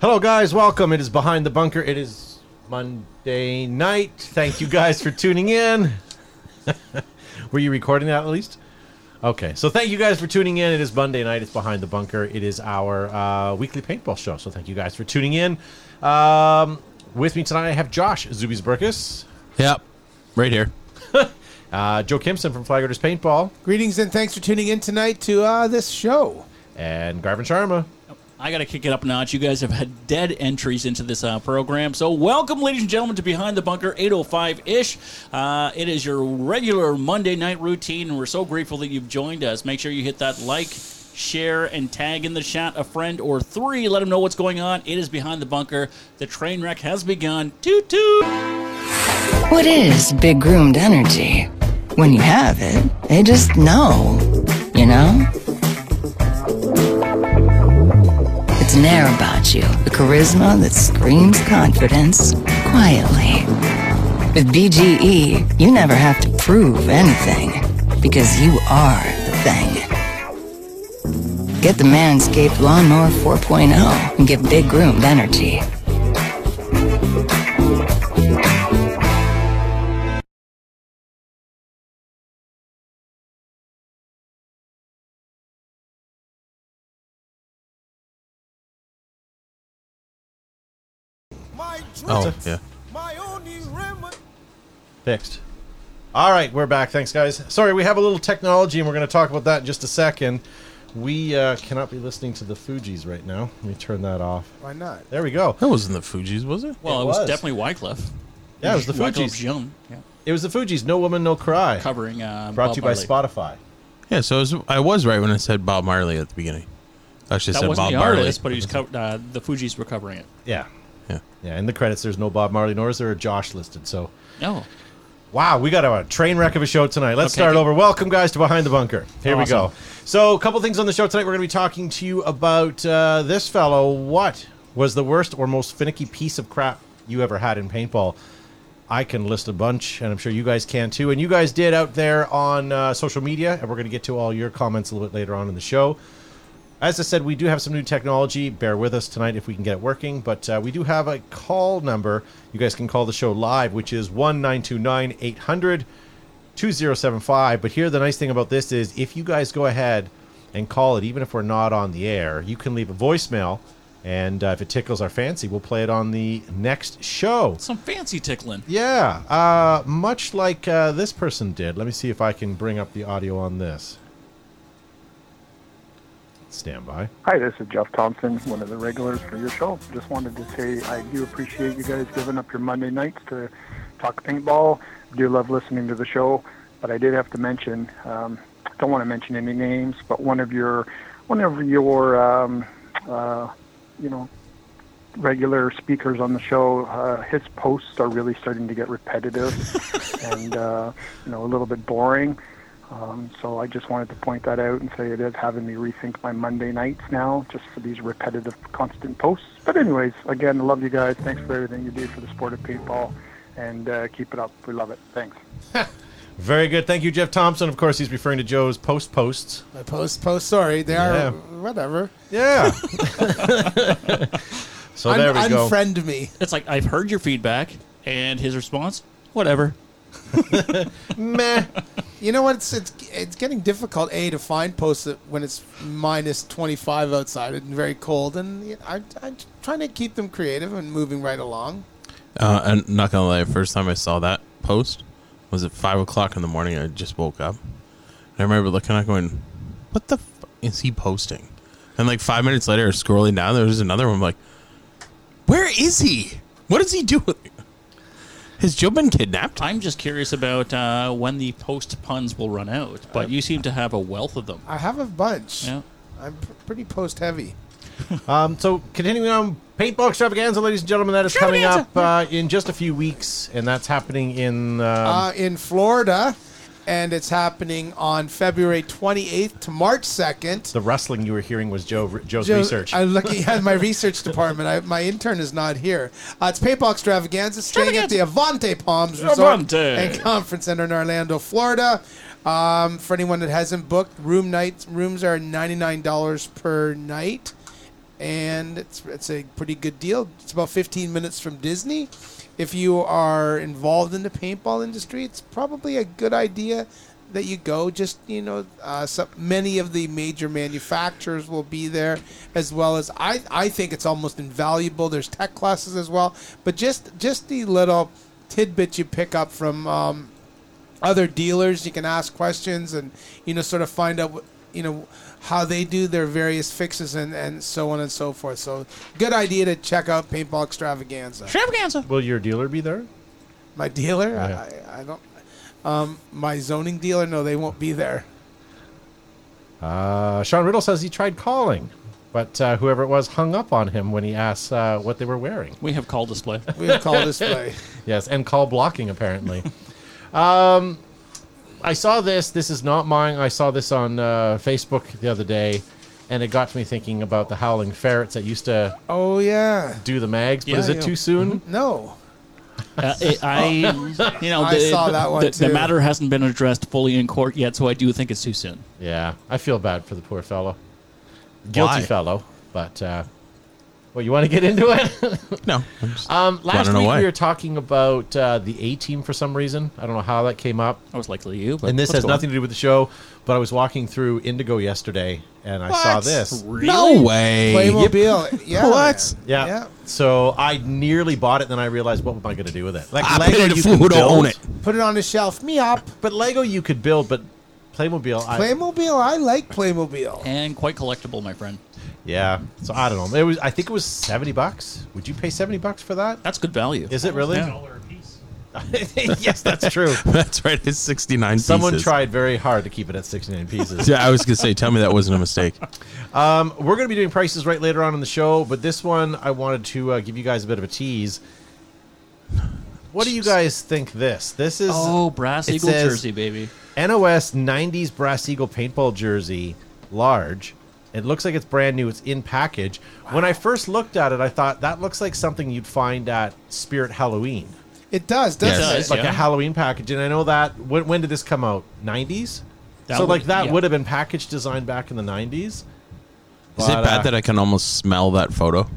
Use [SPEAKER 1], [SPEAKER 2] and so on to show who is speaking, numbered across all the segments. [SPEAKER 1] Hello, guys. Welcome. It is Behind the Bunker. It is Monday night. Thank you guys for tuning in. Were you recording that at least? Okay. So thank you guys for tuning in. It is Monday night. It's Behind the Bunker. It is our uh, weekly paintball show. So thank you guys for tuning in. Um, with me tonight, I have Josh Zubies Burkus,
[SPEAKER 2] Yep. Right here.
[SPEAKER 1] uh, Joe Kimson from Flaggers Paintball,
[SPEAKER 3] Greetings and thanks for tuning in tonight to uh, this show.
[SPEAKER 1] and Garvin Sharma.
[SPEAKER 4] I got to kick it up a notch. You guys have had dead entries into this uh, program. So, welcome, ladies and gentlemen, to Behind the Bunker 805 ish. Uh, it is your regular Monday night routine, and we're so grateful that you've joined us. Make sure you hit that like, share, and tag in the chat a friend or three. Let them know what's going on. It is Behind the Bunker. The train wreck has begun. Toot toot.
[SPEAKER 5] What is big groomed energy? When you have it, they just know, you know? It's an air about you, a charisma that screams confidence quietly. With BGE, you never have to prove anything because you are the thing. Get the Manscaped Lawnmower 4.0 and get big groomed energy.
[SPEAKER 6] My dream,
[SPEAKER 2] Oh, yeah.
[SPEAKER 6] my only remedy.
[SPEAKER 1] Fixed. All right, we're back. Thanks, guys. Sorry, we have a little technology, and we're going to talk about that in just a second. We uh, cannot be listening to the Fugees right now. Let me turn that off.
[SPEAKER 3] Why not?
[SPEAKER 1] There we go.
[SPEAKER 2] That wasn't the Fugees, was it?
[SPEAKER 4] Well,
[SPEAKER 1] It
[SPEAKER 4] it, was.
[SPEAKER 1] was.
[SPEAKER 4] definitely Wycliffe.
[SPEAKER 1] Yeah, it was the
[SPEAKER 4] Wycliffe's
[SPEAKER 1] Fugees.
[SPEAKER 4] young. Yeah.
[SPEAKER 1] It was the Fugees. No woman, no cry.
[SPEAKER 4] Covering. Uh,
[SPEAKER 1] Brought
[SPEAKER 4] Bob
[SPEAKER 1] to you by
[SPEAKER 4] Marley.
[SPEAKER 1] Spotify.
[SPEAKER 2] Yeah, so I was, I was right when I said Bob Marley at the beginning. I actually
[SPEAKER 4] That
[SPEAKER 2] said
[SPEAKER 4] wasn't
[SPEAKER 2] Bob
[SPEAKER 4] the
[SPEAKER 2] Marley.
[SPEAKER 4] artist, but he was cov- uh, the Fugees were covering it.
[SPEAKER 1] Yeah,
[SPEAKER 2] yeah.
[SPEAKER 1] yeah. In the credits, there's no Bob Marley, nor is there a Josh listed. So,
[SPEAKER 4] Oh.
[SPEAKER 1] wow, we got a train wreck of a show tonight. Let's
[SPEAKER 4] Okay.
[SPEAKER 1] start over. Welcome, guys, to Behind the Bunker. Here we go.
[SPEAKER 4] Awesome.
[SPEAKER 1] So, a couple things on the show tonight. We're going to be talking to you about uh, this fellow. What was the worst or most finicky piece of crap you ever had in paintball? I can list a bunch, and I'm sure you guys can too. And you guys did out there on uh, social media, and we're going to get to all your comments a little bit later on in the show. As I said, we do have some new technology. Bear with us tonight if we can get it working, but uh, we do have a call number. You guys can call the show live, which is 1 800 2075. But here, the nice thing about this is if you guys go ahead and call it, even if we're not on the air, you can leave a voicemail. And uh, if it tickles our fancy, we'll play it on the next show.
[SPEAKER 4] Some fancy tickling.
[SPEAKER 1] Yeah, uh, much like uh, this person did. Let me see if I can bring up the audio on this. Stand by.
[SPEAKER 7] Hi, this is Jeff Thompson, one of the regulars for your show. Just wanted to say I do appreciate you guys giving up your Monday nights to talk paintball. Do love listening to the show, but I did have to mention. Um, don't want to mention any names, but one of your, one of your, um, uh, you know, regular speakers on the show, uh, his posts are really starting to get repetitive and uh, you know a little bit boring. Um, so I just wanted to point that out and say it is having me rethink my Monday nights now just for these repetitive, constant posts. But anyways, again, I love you guys. Thanks for everything you do for the sport of paintball, and uh, keep it up. We love it. Thanks.
[SPEAKER 1] Very good. Thank you, Jeff Thompson. Of course, he's referring to Joe's post posts.
[SPEAKER 3] My post, post, sorry. They are,
[SPEAKER 1] Yeah.
[SPEAKER 3] whatever.
[SPEAKER 1] Yeah. so
[SPEAKER 3] Un-
[SPEAKER 1] there we go.
[SPEAKER 3] unfriend me.
[SPEAKER 4] It's like I've heard your feedback, and his response, whatever.
[SPEAKER 1] Meh.
[SPEAKER 3] You know what? It's, it's it's getting difficult, A, to find posts that when it's minus 25 outside and very cold. And you know, I, I'm trying to keep them creative and moving right along.
[SPEAKER 2] Uh, and not gonna lie, first time I saw that post was at five o'clock in the morning. I just woke up. And I remember looking at it going, "What the f- is he posting?" And like five minutes later, I was scrolling down, there was another one. I'm like, "Where is he? What is he doing? Has Joe been kidnapped?"
[SPEAKER 4] I'm just curious about uh, when the post puns will run out, but you seem to have a wealth of them.
[SPEAKER 3] I have a bunch.
[SPEAKER 4] Yeah.
[SPEAKER 3] I'm pr- pretty post heavy.
[SPEAKER 1] Um, so continuing on paintball extravaganza, ladies and gentlemen, that is coming up uh, in just a few weeks, and that's happening in. Um,
[SPEAKER 3] uh, in Florida, and it's happening on February 28th to March 2nd.
[SPEAKER 1] the rustling you were hearing was Joe, Joe's
[SPEAKER 3] Joe,
[SPEAKER 1] research.
[SPEAKER 3] I'm looking at my research department. I, my intern is not here. Uh, it's Paintball Extravaganza staying at the Avante Palms Resort
[SPEAKER 4] Avante.
[SPEAKER 3] and Conference Center in Orlando, Florida. Um, for anyone that hasn't booked, room nights rooms are ninety nine dollars per night, and it's it's a pretty good deal. It's about 15 minutes from Disney. If you are involved in the paintball industry, it's probably a good idea that you go. Just you know, uh, some, many of the major manufacturers will be there, as well as I. I think it's almost invaluable. There's tech classes as well, but just just the little tidbit you pick up from. Um, other dealers. You can ask questions and you know sort of find out what- you know how they do their various fixes and, and so on and so forth. So good idea to check out Paintball Extravaganza.
[SPEAKER 1] Will your dealer be there?
[SPEAKER 3] My dealer,
[SPEAKER 1] Yeah.
[SPEAKER 3] I, I don't. Um, my zoning dealer, no, they won't be there.
[SPEAKER 1] Uh, Sean Riddle says he tried calling, but uh, whoever it was hung up on him when he asked uh, what they were wearing.
[SPEAKER 4] We have call display.
[SPEAKER 3] We have call display.
[SPEAKER 1] Yes, and call blocking apparently. um, I saw this. This is not mine. I saw this on uh, Facebook the other day, and it got me thinking about the howling ferrets that used to
[SPEAKER 3] Oh yeah, Mm-hmm.
[SPEAKER 1] do the mags. But
[SPEAKER 4] Yeah,
[SPEAKER 1] is it
[SPEAKER 4] yeah.
[SPEAKER 1] too soon?
[SPEAKER 3] no.
[SPEAKER 4] Uh, it- I, you know,
[SPEAKER 3] Oh. I
[SPEAKER 4] the,
[SPEAKER 3] saw that one,
[SPEAKER 4] the, the
[SPEAKER 3] too.
[SPEAKER 4] matter hasn't been addressed fully in court yet, so I do think it's too soon.
[SPEAKER 1] Yeah, I feel bad for the poor fellow, guilty
[SPEAKER 2] Why?
[SPEAKER 1] fellow. But uh, well, you want to get into it?
[SPEAKER 2] No. I'm just-
[SPEAKER 1] Um, last
[SPEAKER 2] Wanna know
[SPEAKER 1] week
[SPEAKER 2] why?
[SPEAKER 1] we were talking about uh, the A team for some reason. I don't know how that came up.
[SPEAKER 4] I was likely you, but
[SPEAKER 1] And this
[SPEAKER 4] let's
[SPEAKER 1] has
[SPEAKER 4] go on.
[SPEAKER 1] nothing to do with the show, but I was walking through Indigo yesterday and I saw
[SPEAKER 2] What?
[SPEAKER 1] this.
[SPEAKER 2] No way.
[SPEAKER 3] Playmobil, yeah.
[SPEAKER 2] What?
[SPEAKER 1] Yeah.
[SPEAKER 3] Yeah.
[SPEAKER 1] So I nearly bought it, then I realized what am I going to do with it? Like
[SPEAKER 2] I pitied the
[SPEAKER 1] you
[SPEAKER 2] fool
[SPEAKER 1] can
[SPEAKER 2] who don't own
[SPEAKER 1] build,
[SPEAKER 2] it.
[SPEAKER 3] Put it on the shelf. Me up.
[SPEAKER 1] But Lego you could build, but Playmobil, I,
[SPEAKER 3] Playmobil. I like Playmobil.
[SPEAKER 4] and quite collectible, my friend.
[SPEAKER 1] yeah. So I don't know. It was. I think it was seventy bucks. Would you pay seventy bucks for that?
[SPEAKER 4] That's good value.
[SPEAKER 1] Is it really? yes, that's true.
[SPEAKER 2] That's right. It's 69
[SPEAKER 1] Someone
[SPEAKER 2] pieces.
[SPEAKER 1] tried very hard to keep it at 69 pieces.
[SPEAKER 2] Yeah, I was going to say, tell me that wasn't a mistake.
[SPEAKER 1] Um, we're going to be doing prices right later on in the show, but this one I wanted to uh, give you guys a bit of a tease. What do you guys think this? This is
[SPEAKER 4] Oh, brass
[SPEAKER 1] It
[SPEAKER 4] eagle
[SPEAKER 1] says-
[SPEAKER 4] jersey, baby.
[SPEAKER 1] NOS 90s Brass Eagle paintball jersey, large. It looks like it's brand new. It's in package. When I first looked at it, I thought that looks like something you'd find at Spirit Halloween,
[SPEAKER 3] It does, doesn't
[SPEAKER 2] Yes.
[SPEAKER 3] it?
[SPEAKER 4] It does.
[SPEAKER 1] like
[SPEAKER 4] Yeah.
[SPEAKER 1] a Halloween package. And I know that. When, when did this come out? 90s.
[SPEAKER 4] That
[SPEAKER 1] so
[SPEAKER 4] would-
[SPEAKER 1] like that
[SPEAKER 4] yeah.
[SPEAKER 1] would have been package designed back in the 90s.
[SPEAKER 2] Is it
[SPEAKER 1] But,
[SPEAKER 2] bad
[SPEAKER 1] uh,
[SPEAKER 2] that I can almost smell that photo?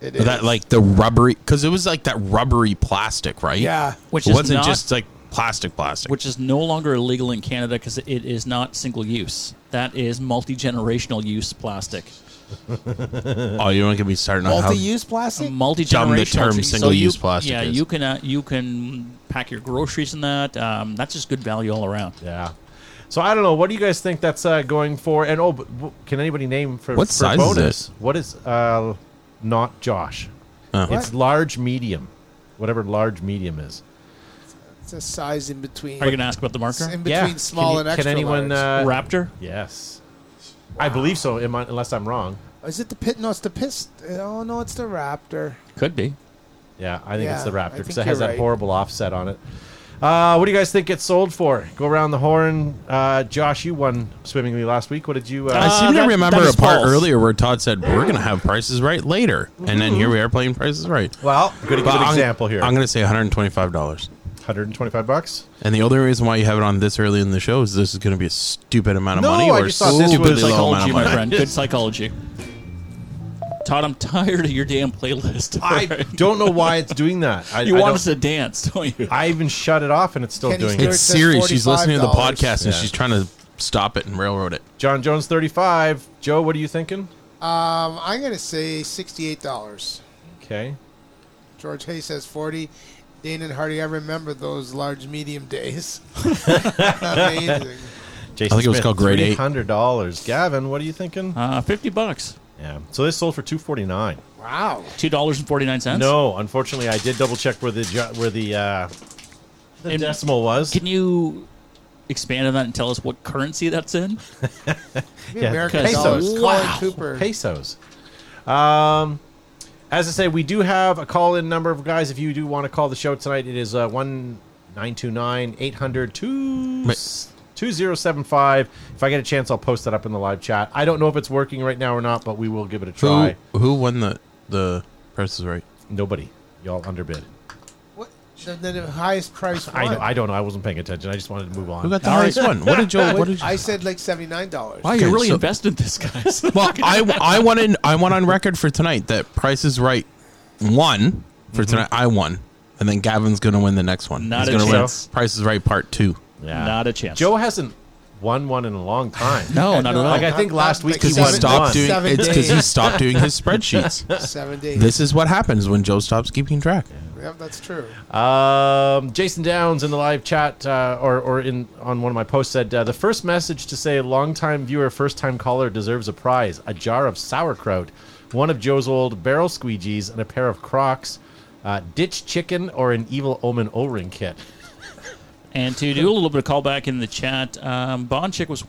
[SPEAKER 3] It is.
[SPEAKER 2] That like the rubbery, because it was like that rubbery plastic, right?
[SPEAKER 3] Yeah.
[SPEAKER 4] Which
[SPEAKER 2] it
[SPEAKER 4] is
[SPEAKER 2] wasn't
[SPEAKER 4] not-
[SPEAKER 2] just like plastic, plastic.
[SPEAKER 4] Which is no longer illegal in Canada because it is not single use. That is multi generational use plastic.
[SPEAKER 2] oh, you don't get me starting on how
[SPEAKER 3] multi-use plastic.
[SPEAKER 4] Multi
[SPEAKER 2] Dumb the term
[SPEAKER 4] generational
[SPEAKER 2] single-use plastic
[SPEAKER 4] Yeah,
[SPEAKER 2] is.
[SPEAKER 4] you can uh, you can pack your groceries in that. Um, that's just good value all around.
[SPEAKER 1] Yeah. So I don't know. What do you guys think that's uh, going for? And oh, but w- can anybody name for
[SPEAKER 2] What
[SPEAKER 1] for
[SPEAKER 2] size is
[SPEAKER 1] bonus?
[SPEAKER 2] it?
[SPEAKER 1] What is uh, not Josh?
[SPEAKER 2] Oh.
[SPEAKER 1] It's large medium, whatever large medium is.
[SPEAKER 3] It's a size in between.
[SPEAKER 4] Are you going to ask about the
[SPEAKER 3] It's
[SPEAKER 4] marker?
[SPEAKER 3] in
[SPEAKER 1] yeah.
[SPEAKER 3] between
[SPEAKER 1] Can
[SPEAKER 3] small
[SPEAKER 1] you-
[SPEAKER 3] and
[SPEAKER 1] can
[SPEAKER 3] extra
[SPEAKER 1] anyone, uh,
[SPEAKER 3] large.
[SPEAKER 4] Raptor?
[SPEAKER 1] Yes. I believe so, am I- unless I'm wrong.
[SPEAKER 3] Is it the pit? No, it's the pist. Oh no, it's the Raptor.
[SPEAKER 4] Could be.
[SPEAKER 1] Yeah, I think it's
[SPEAKER 3] Yeah,
[SPEAKER 1] the
[SPEAKER 3] I
[SPEAKER 1] Raptor because it
[SPEAKER 3] think
[SPEAKER 1] has
[SPEAKER 3] you're
[SPEAKER 1] that
[SPEAKER 3] right.
[SPEAKER 1] horrible offset on it. Uh, what do you guys think it's sold for? Go around the horn. Uh, Josh, you won swimmingly last week. What did you?
[SPEAKER 2] I
[SPEAKER 1] Uh,
[SPEAKER 2] seem to
[SPEAKER 4] that-
[SPEAKER 2] remember
[SPEAKER 4] that
[SPEAKER 2] a
[SPEAKER 4] is
[SPEAKER 2] part
[SPEAKER 4] false.
[SPEAKER 2] earlier where Todd said we're going to have prices right later, and then here we are playing prices right.
[SPEAKER 1] well, good,
[SPEAKER 2] But
[SPEAKER 1] good
[SPEAKER 2] I'm-
[SPEAKER 1] example here.
[SPEAKER 2] I'm going to say 125 dollars.
[SPEAKER 1] 125 bucks.
[SPEAKER 2] And the only reason why you have it on this early in the show is this is going to be a stupid amount of
[SPEAKER 1] No,
[SPEAKER 2] money
[SPEAKER 1] I
[SPEAKER 2] or
[SPEAKER 1] just thought this was
[SPEAKER 2] stupidly low amount
[SPEAKER 4] psychology,
[SPEAKER 2] of
[SPEAKER 4] my
[SPEAKER 2] money.
[SPEAKER 4] friend. Good psychology. Todd, I'm tired of your damn playlist.
[SPEAKER 1] I don't know why it's doing that. I,
[SPEAKER 4] you
[SPEAKER 1] I
[SPEAKER 4] want
[SPEAKER 1] don't-
[SPEAKER 4] us to dance, don't you?
[SPEAKER 1] I even shut it off and it's still
[SPEAKER 3] Can you
[SPEAKER 1] doing
[SPEAKER 3] still-
[SPEAKER 1] it.
[SPEAKER 2] It's Siri. She's listening to the
[SPEAKER 3] $45.
[SPEAKER 2] podcast and
[SPEAKER 1] Yeah.
[SPEAKER 2] she's trying to stop it and railroad it.
[SPEAKER 1] John Jones 35. Joe, what are you thinking?
[SPEAKER 3] Um, I'm gonna say sixty-eight dollars.
[SPEAKER 1] Okay.
[SPEAKER 3] George Hay says forty. Dane and Hardy, I remember those large medium days. Amazing.
[SPEAKER 1] Jason
[SPEAKER 2] think it was called Grade Eight.
[SPEAKER 1] $300. Gavin, what are you thinking?
[SPEAKER 4] Uh, Fifty bucks,
[SPEAKER 1] yeah. So this sold for 249.
[SPEAKER 3] Wow.
[SPEAKER 4] two dollars and forty nine cents.
[SPEAKER 1] No, unfortunately I did double check where the jo- where the uh the
[SPEAKER 4] And-
[SPEAKER 1] decimal was.
[SPEAKER 4] Can you expand on that and tell us what currency that's in?
[SPEAKER 3] The
[SPEAKER 1] Yeah,
[SPEAKER 3] American
[SPEAKER 1] pesos.
[SPEAKER 3] dollars.
[SPEAKER 4] Wow.
[SPEAKER 3] Colin Cooper.
[SPEAKER 1] pesos. Um, as I say, we do have a call in number of guys. If you do want to call the show tonight, it is uh, 1 929 800 2075. If I get a chance, I'll post that up in the live chat. I don't know if it's working right now or not, but we will give it a try.
[SPEAKER 2] Who who won the the prices right?
[SPEAKER 1] Nobody. Y'all underbid.
[SPEAKER 3] What?
[SPEAKER 8] the, the, the highest price. One.
[SPEAKER 1] I know. I don't know. I wasn't paying attention. I just wanted to move on.
[SPEAKER 2] Who got the
[SPEAKER 1] Uh,
[SPEAKER 2] highest one? What did Joe? What did you?
[SPEAKER 8] I said like seventy nine dollars.
[SPEAKER 2] Wow,
[SPEAKER 4] You're really
[SPEAKER 2] so-
[SPEAKER 4] invested in this, guys.
[SPEAKER 2] Well, I I want in, I want on record for tonight that Price is Right won for
[SPEAKER 1] Mm-hmm.
[SPEAKER 2] tonight. I won, and then Gavin's going to win the next one.
[SPEAKER 4] Not
[SPEAKER 2] He's
[SPEAKER 4] a
[SPEAKER 2] gonna win
[SPEAKER 4] chance.
[SPEAKER 2] Price is Right Part Two.
[SPEAKER 1] yeah.
[SPEAKER 4] Not a chance.
[SPEAKER 1] Joe hasn't won one in a long time.
[SPEAKER 4] no, not at all.
[SPEAKER 1] Like I
[SPEAKER 8] Not-
[SPEAKER 1] think
[SPEAKER 8] not
[SPEAKER 1] last
[SPEAKER 8] like
[SPEAKER 1] week he
[SPEAKER 2] Because he
[SPEAKER 1] won
[SPEAKER 8] seven
[SPEAKER 2] stopped
[SPEAKER 1] one.
[SPEAKER 2] doing
[SPEAKER 8] Seven
[SPEAKER 2] it's because he
[SPEAKER 8] days.
[SPEAKER 2] stopped doing his spreadsheets.
[SPEAKER 8] Seven days.
[SPEAKER 2] This is what happens when Joe stops keeping track.
[SPEAKER 8] yeah, that's true.
[SPEAKER 1] Um, Jason Downs in the live chat uh, or, or in on one of my posts said uh, the first message to say longtime viewer, first time caller deserves a prize: a jar of sauerkraut, one of Joe's old barrel squeegees, and a pair of Crocs. Uh, ditch chicken or an evil omen O-ring kit.
[SPEAKER 4] And to do a little bit of callback in the chat, um, Bonchick was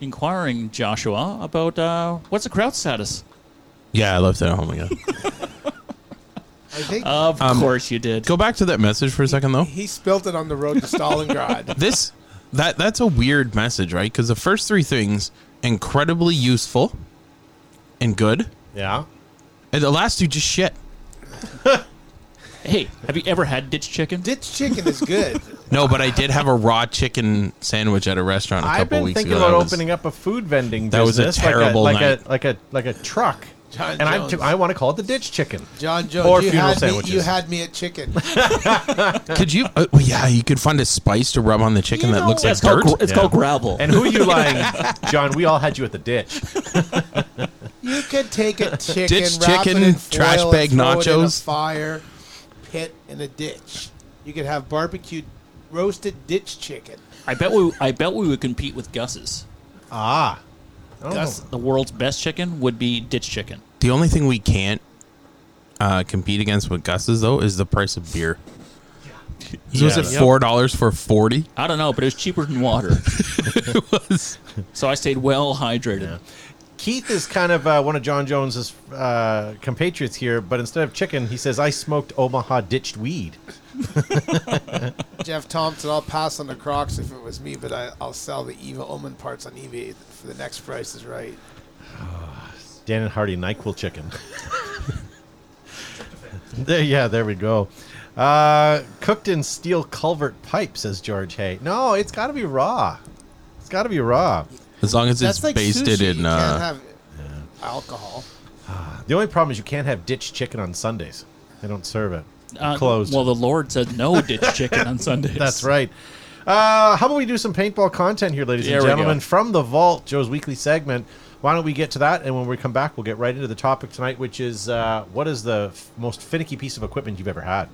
[SPEAKER 4] inquiring Joshua about uh, what's the crowd status.
[SPEAKER 2] Yeah, I left that. Oh my god.
[SPEAKER 1] Uh,
[SPEAKER 8] I think
[SPEAKER 4] Of course you did.
[SPEAKER 2] Go back to that message for a second
[SPEAKER 1] oh.
[SPEAKER 2] though.
[SPEAKER 8] he spilt it on the road to Stalingrad.
[SPEAKER 2] This that that's a weird message, right? Because the first three things incredibly useful and good,
[SPEAKER 1] Yeah.
[SPEAKER 2] and the last two just shit.
[SPEAKER 4] Hey, have you ever had ditch chicken?
[SPEAKER 8] Ditch chicken is good.
[SPEAKER 2] No, but I did have a raw chicken sandwich at a restaurant a
[SPEAKER 1] I've
[SPEAKER 2] couple
[SPEAKER 1] been
[SPEAKER 2] weeks
[SPEAKER 1] thinking
[SPEAKER 2] ago.
[SPEAKER 1] about
[SPEAKER 2] That was-
[SPEAKER 1] opening up a food vending
[SPEAKER 2] That was a
[SPEAKER 1] business,
[SPEAKER 2] terrible
[SPEAKER 1] like a
[SPEAKER 2] night.
[SPEAKER 1] like a like a like a truck.
[SPEAKER 8] John
[SPEAKER 1] and I'm
[SPEAKER 8] Jones.
[SPEAKER 1] t- I want to call it the ditch chicken.
[SPEAKER 8] John Jones,
[SPEAKER 1] Or
[SPEAKER 8] you
[SPEAKER 1] funeral
[SPEAKER 8] had
[SPEAKER 1] sandwiches.
[SPEAKER 8] Me, you had me at chicken.
[SPEAKER 2] Could you? Uh, well, yeah, you could find a spice to rub on the chicken
[SPEAKER 8] You
[SPEAKER 2] that
[SPEAKER 8] know-
[SPEAKER 2] looks
[SPEAKER 4] Yeah,
[SPEAKER 2] like
[SPEAKER 4] it's called,
[SPEAKER 2] dirt.
[SPEAKER 4] gr- it's
[SPEAKER 1] Yeah.
[SPEAKER 4] called gravel.
[SPEAKER 1] And who are you lying, John? We all had you at the ditch.
[SPEAKER 8] You could take a chicken,
[SPEAKER 2] Ditch
[SPEAKER 8] wrap
[SPEAKER 2] chicken,
[SPEAKER 8] it in foil,
[SPEAKER 2] trash
[SPEAKER 8] and
[SPEAKER 2] bag
[SPEAKER 8] throw it in a
[SPEAKER 2] nachos.
[SPEAKER 8] fire pit, in a ditch. You could have barbecued, roasted ditch chicken.
[SPEAKER 4] I bet we I bet we would compete with Gus's.
[SPEAKER 1] Ah. Oh.
[SPEAKER 4] Gus, the world's best chicken would be ditch chicken.
[SPEAKER 2] the only thing we can't uh, compete against with Gus's though is the price of beer. So was
[SPEAKER 1] Yeah.
[SPEAKER 2] it four dollars for forty?
[SPEAKER 4] I don't know, but it was cheaper than water.
[SPEAKER 2] it was.
[SPEAKER 4] so I stayed well hydrated.
[SPEAKER 1] Keith is kind of uh, one of John Jones's uh, compatriots here, but instead of chicken, he says, "I smoked Omaha ditched weed."
[SPEAKER 8] Jeff Thompson, I'll pass on the Crocs if it was me, but I, I'll sell the evil omen parts on eBay for the next price is right.
[SPEAKER 1] Dan and Hardy Nyquil chicken. there, yeah, there we go. Uh, cooked in steel culvert pipe, says George Hay. No, it's got to be raw. It's got to be raw.
[SPEAKER 2] As long as it's
[SPEAKER 8] That's like
[SPEAKER 2] basted
[SPEAKER 8] sushi.
[SPEAKER 2] in.
[SPEAKER 8] you can't
[SPEAKER 2] Uh,
[SPEAKER 8] have alcohol.
[SPEAKER 1] The only problem is you can't have ditch chicken on Sundays. They don't serve it.
[SPEAKER 4] Uh,
[SPEAKER 1] Closed.
[SPEAKER 4] Well, the Lord said no ditch chicken on Sundays.
[SPEAKER 1] That's right. Uh, how about we do some paintball content here, ladies
[SPEAKER 4] There
[SPEAKER 1] and
[SPEAKER 4] we
[SPEAKER 1] gentlemen,
[SPEAKER 4] go.
[SPEAKER 1] from the vault, Joe's weekly segment. Why don't we get to that? And when we come back, we'll get right into the topic tonight, which is uh, what is the f- most finicky piece of equipment you've ever had?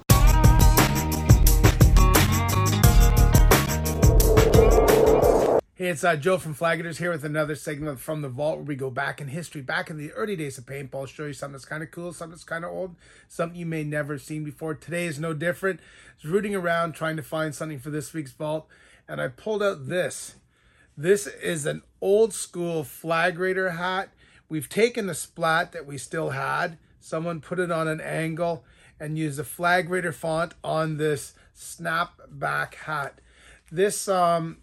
[SPEAKER 3] Hey, it's uh, Joe from Flaggers here with another segment of From the Vault where we go back in history, back in the early days of paintball, show you something that's kind of cool, something that's kind of old, something you may never have seen before. Today is no different. It's rooting around trying to find something for this week's vault, and I pulled out this. This is an old school flag raider hat. We've taken the splat that we still had, someone put it on an angle, and used a flag raider font on this snapback hat. This um,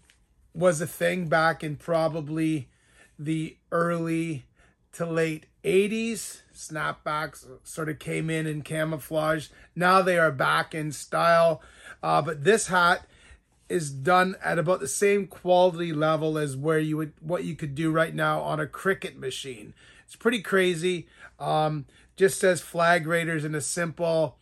[SPEAKER 3] was a thing back in probably the early to late 80s. Snapbacks sort of came in in camouflage. Now they are back in style. Uh, but this hat is done at about the same quality level as where you would what you could do right now on a cricket machine. It's pretty crazy. Um, just says flag raiders in a simple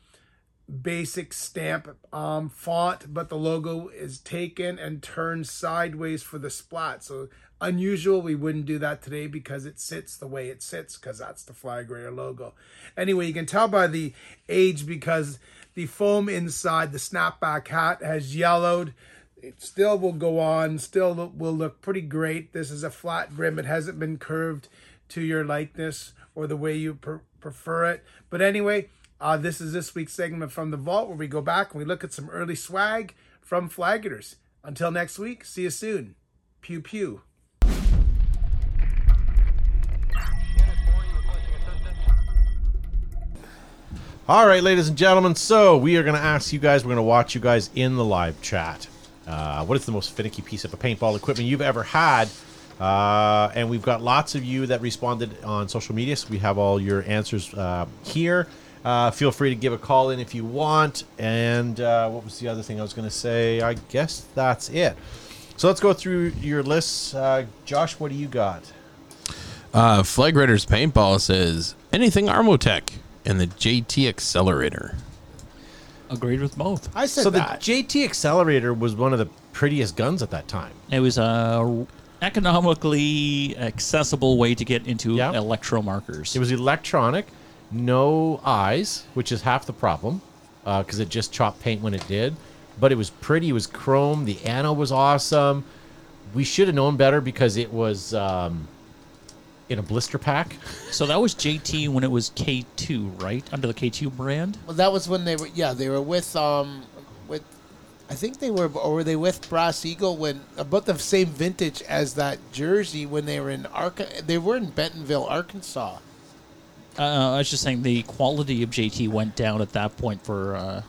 [SPEAKER 3] basic stamp um, font, but the logo is taken and turned sideways for the splat. So unusual. We wouldn't do that today because it sits the way it sits because that's the flag raider logo. Anyway, you can tell by the age because the foam inside the snapback hat has yellowed. It still will go on. Still lo- will look pretty great. This is a flat brim. It hasn't been curved to your likeness or the way you per- prefer it. But anyway, uh, this is this week's segment from the vault where we go back and we look at some early swag from Flaggers. Until next week, see you soon. Pew pew.
[SPEAKER 1] All right, ladies and gentlemen. So we are going to ask you guys. We're going to watch you guys in the live chat. Uh, what is the most finicky piece of a paintball equipment you've ever had? Uh, and we've got lots of you that responded on social media, so we have all your answers uh, here. Uh, feel free to give a call in if you want. And uh, what was the other thing I was going to say? I guess that's it. So let's go through your lists. Uh, Josh, what do you got?
[SPEAKER 2] Uh, Flag Raiders Paintball says anything Armotech and the JT Accelerator.
[SPEAKER 4] Agreed with both.
[SPEAKER 3] I said
[SPEAKER 1] so
[SPEAKER 3] that.
[SPEAKER 1] the JT Accelerator was one of the prettiest guns at that time.
[SPEAKER 4] It was a economically accessible way to get into
[SPEAKER 1] Yeah.
[SPEAKER 4] electro markers.
[SPEAKER 1] It was electronic, no eyes, which is half the problem, because it just chopped paint when it did. But it was pretty. It was chrome. The anno was awesome. We should have known better because it was um, in a blister pack.
[SPEAKER 4] so that was JT when it was K2, right? Under the K2 brand.
[SPEAKER 9] Well, that was when they were. Yeah, they were with um, with, I think they were, or were they with Brass Eagle when about the same vintage as that jersey when they were in Arca. They were in Bentonville, Arkansas.
[SPEAKER 4] Uh, I was just saying the quality of JT went down at that point for, uh,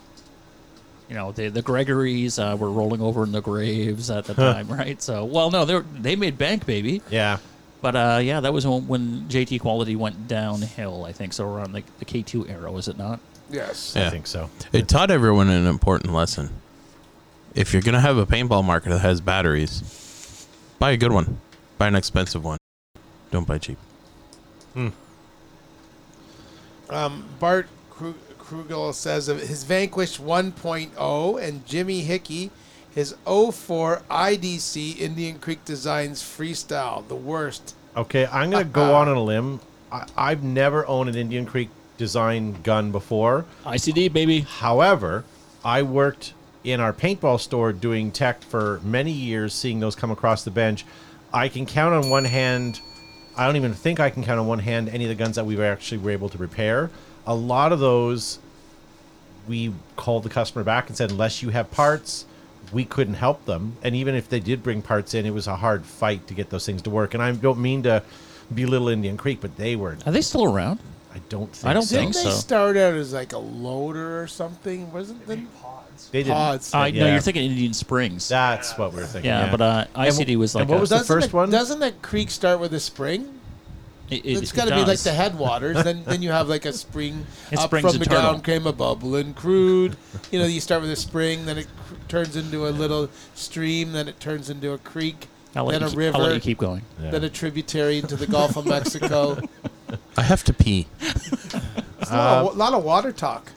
[SPEAKER 4] you know, the the Gregories uh, were rolling over in the graves at the time, right? So, well, no, they were, they made bank, baby.
[SPEAKER 1] Yeah.
[SPEAKER 4] But uh, yeah, that was when- when JT quality went downhill. I think so around the, the K2 era, was it not?
[SPEAKER 3] yes.
[SPEAKER 1] I
[SPEAKER 2] Yeah.
[SPEAKER 1] think so.
[SPEAKER 2] It taught everyone an important lesson. If you're gonna have a paintball marker that has batteries, buy a good one. Buy an expensive one. Don't buy cheap.
[SPEAKER 3] Um, Bart Kru- Krugel says of his Vanquish 1.0 and Jimmy Hickey, his 04 IDC Indian Creek Designs Freestyle, the worst.
[SPEAKER 1] Okay, I'm gonna go on on a limb. I, I've never owned an Indian Creek design gun before.
[SPEAKER 4] ICD, baby.
[SPEAKER 1] However, I worked in our paintball store doing tech for many years, seeing those come across the bench. I can count on one hand. I don't even think I can count on one hand any of the guns that we were actually were able to repair. A lot of those, we called the customer back and said, unless you have parts, we couldn't help them. And even if they did bring parts in, it was a hard fight to get those things to work. And I don't mean to belittle Indian Creek, but they were.
[SPEAKER 4] Are they still around?
[SPEAKER 1] I don't think.
[SPEAKER 4] I don't
[SPEAKER 1] so.
[SPEAKER 4] think
[SPEAKER 3] They
[SPEAKER 4] so.
[SPEAKER 3] start out as like a loader or something, wasn't it?
[SPEAKER 1] They didn't.
[SPEAKER 3] Pods.
[SPEAKER 4] I Uh, no,
[SPEAKER 1] Yeah.
[SPEAKER 4] you're thinking Indian Springs.
[SPEAKER 1] That's what we were thinking.
[SPEAKER 4] yeah, but uh, ICD was like.
[SPEAKER 1] and what
[SPEAKER 4] a-
[SPEAKER 1] was that?
[SPEAKER 3] Doesn't
[SPEAKER 1] first
[SPEAKER 3] it-
[SPEAKER 1] one?
[SPEAKER 3] Doesn't that creek start with a spring?
[SPEAKER 4] It,
[SPEAKER 9] It's got to be like the headwaters. then, then you have like a spring
[SPEAKER 4] It
[SPEAKER 9] up
[SPEAKER 4] springs
[SPEAKER 9] from the
[SPEAKER 4] eternal.
[SPEAKER 9] ground came a bubbling crude. You know, you start with a spring, then it cr- turns into a little stream, then it turns into a creek,
[SPEAKER 4] I'll let,
[SPEAKER 9] then
[SPEAKER 4] you
[SPEAKER 9] a
[SPEAKER 4] keep, I'll let
[SPEAKER 9] river,
[SPEAKER 4] you keep going.
[SPEAKER 1] Yeah.
[SPEAKER 9] then a tributary into the Gulf of Mexico.
[SPEAKER 2] I have to pee.
[SPEAKER 3] It's a lot, of, wa- lot of water talk.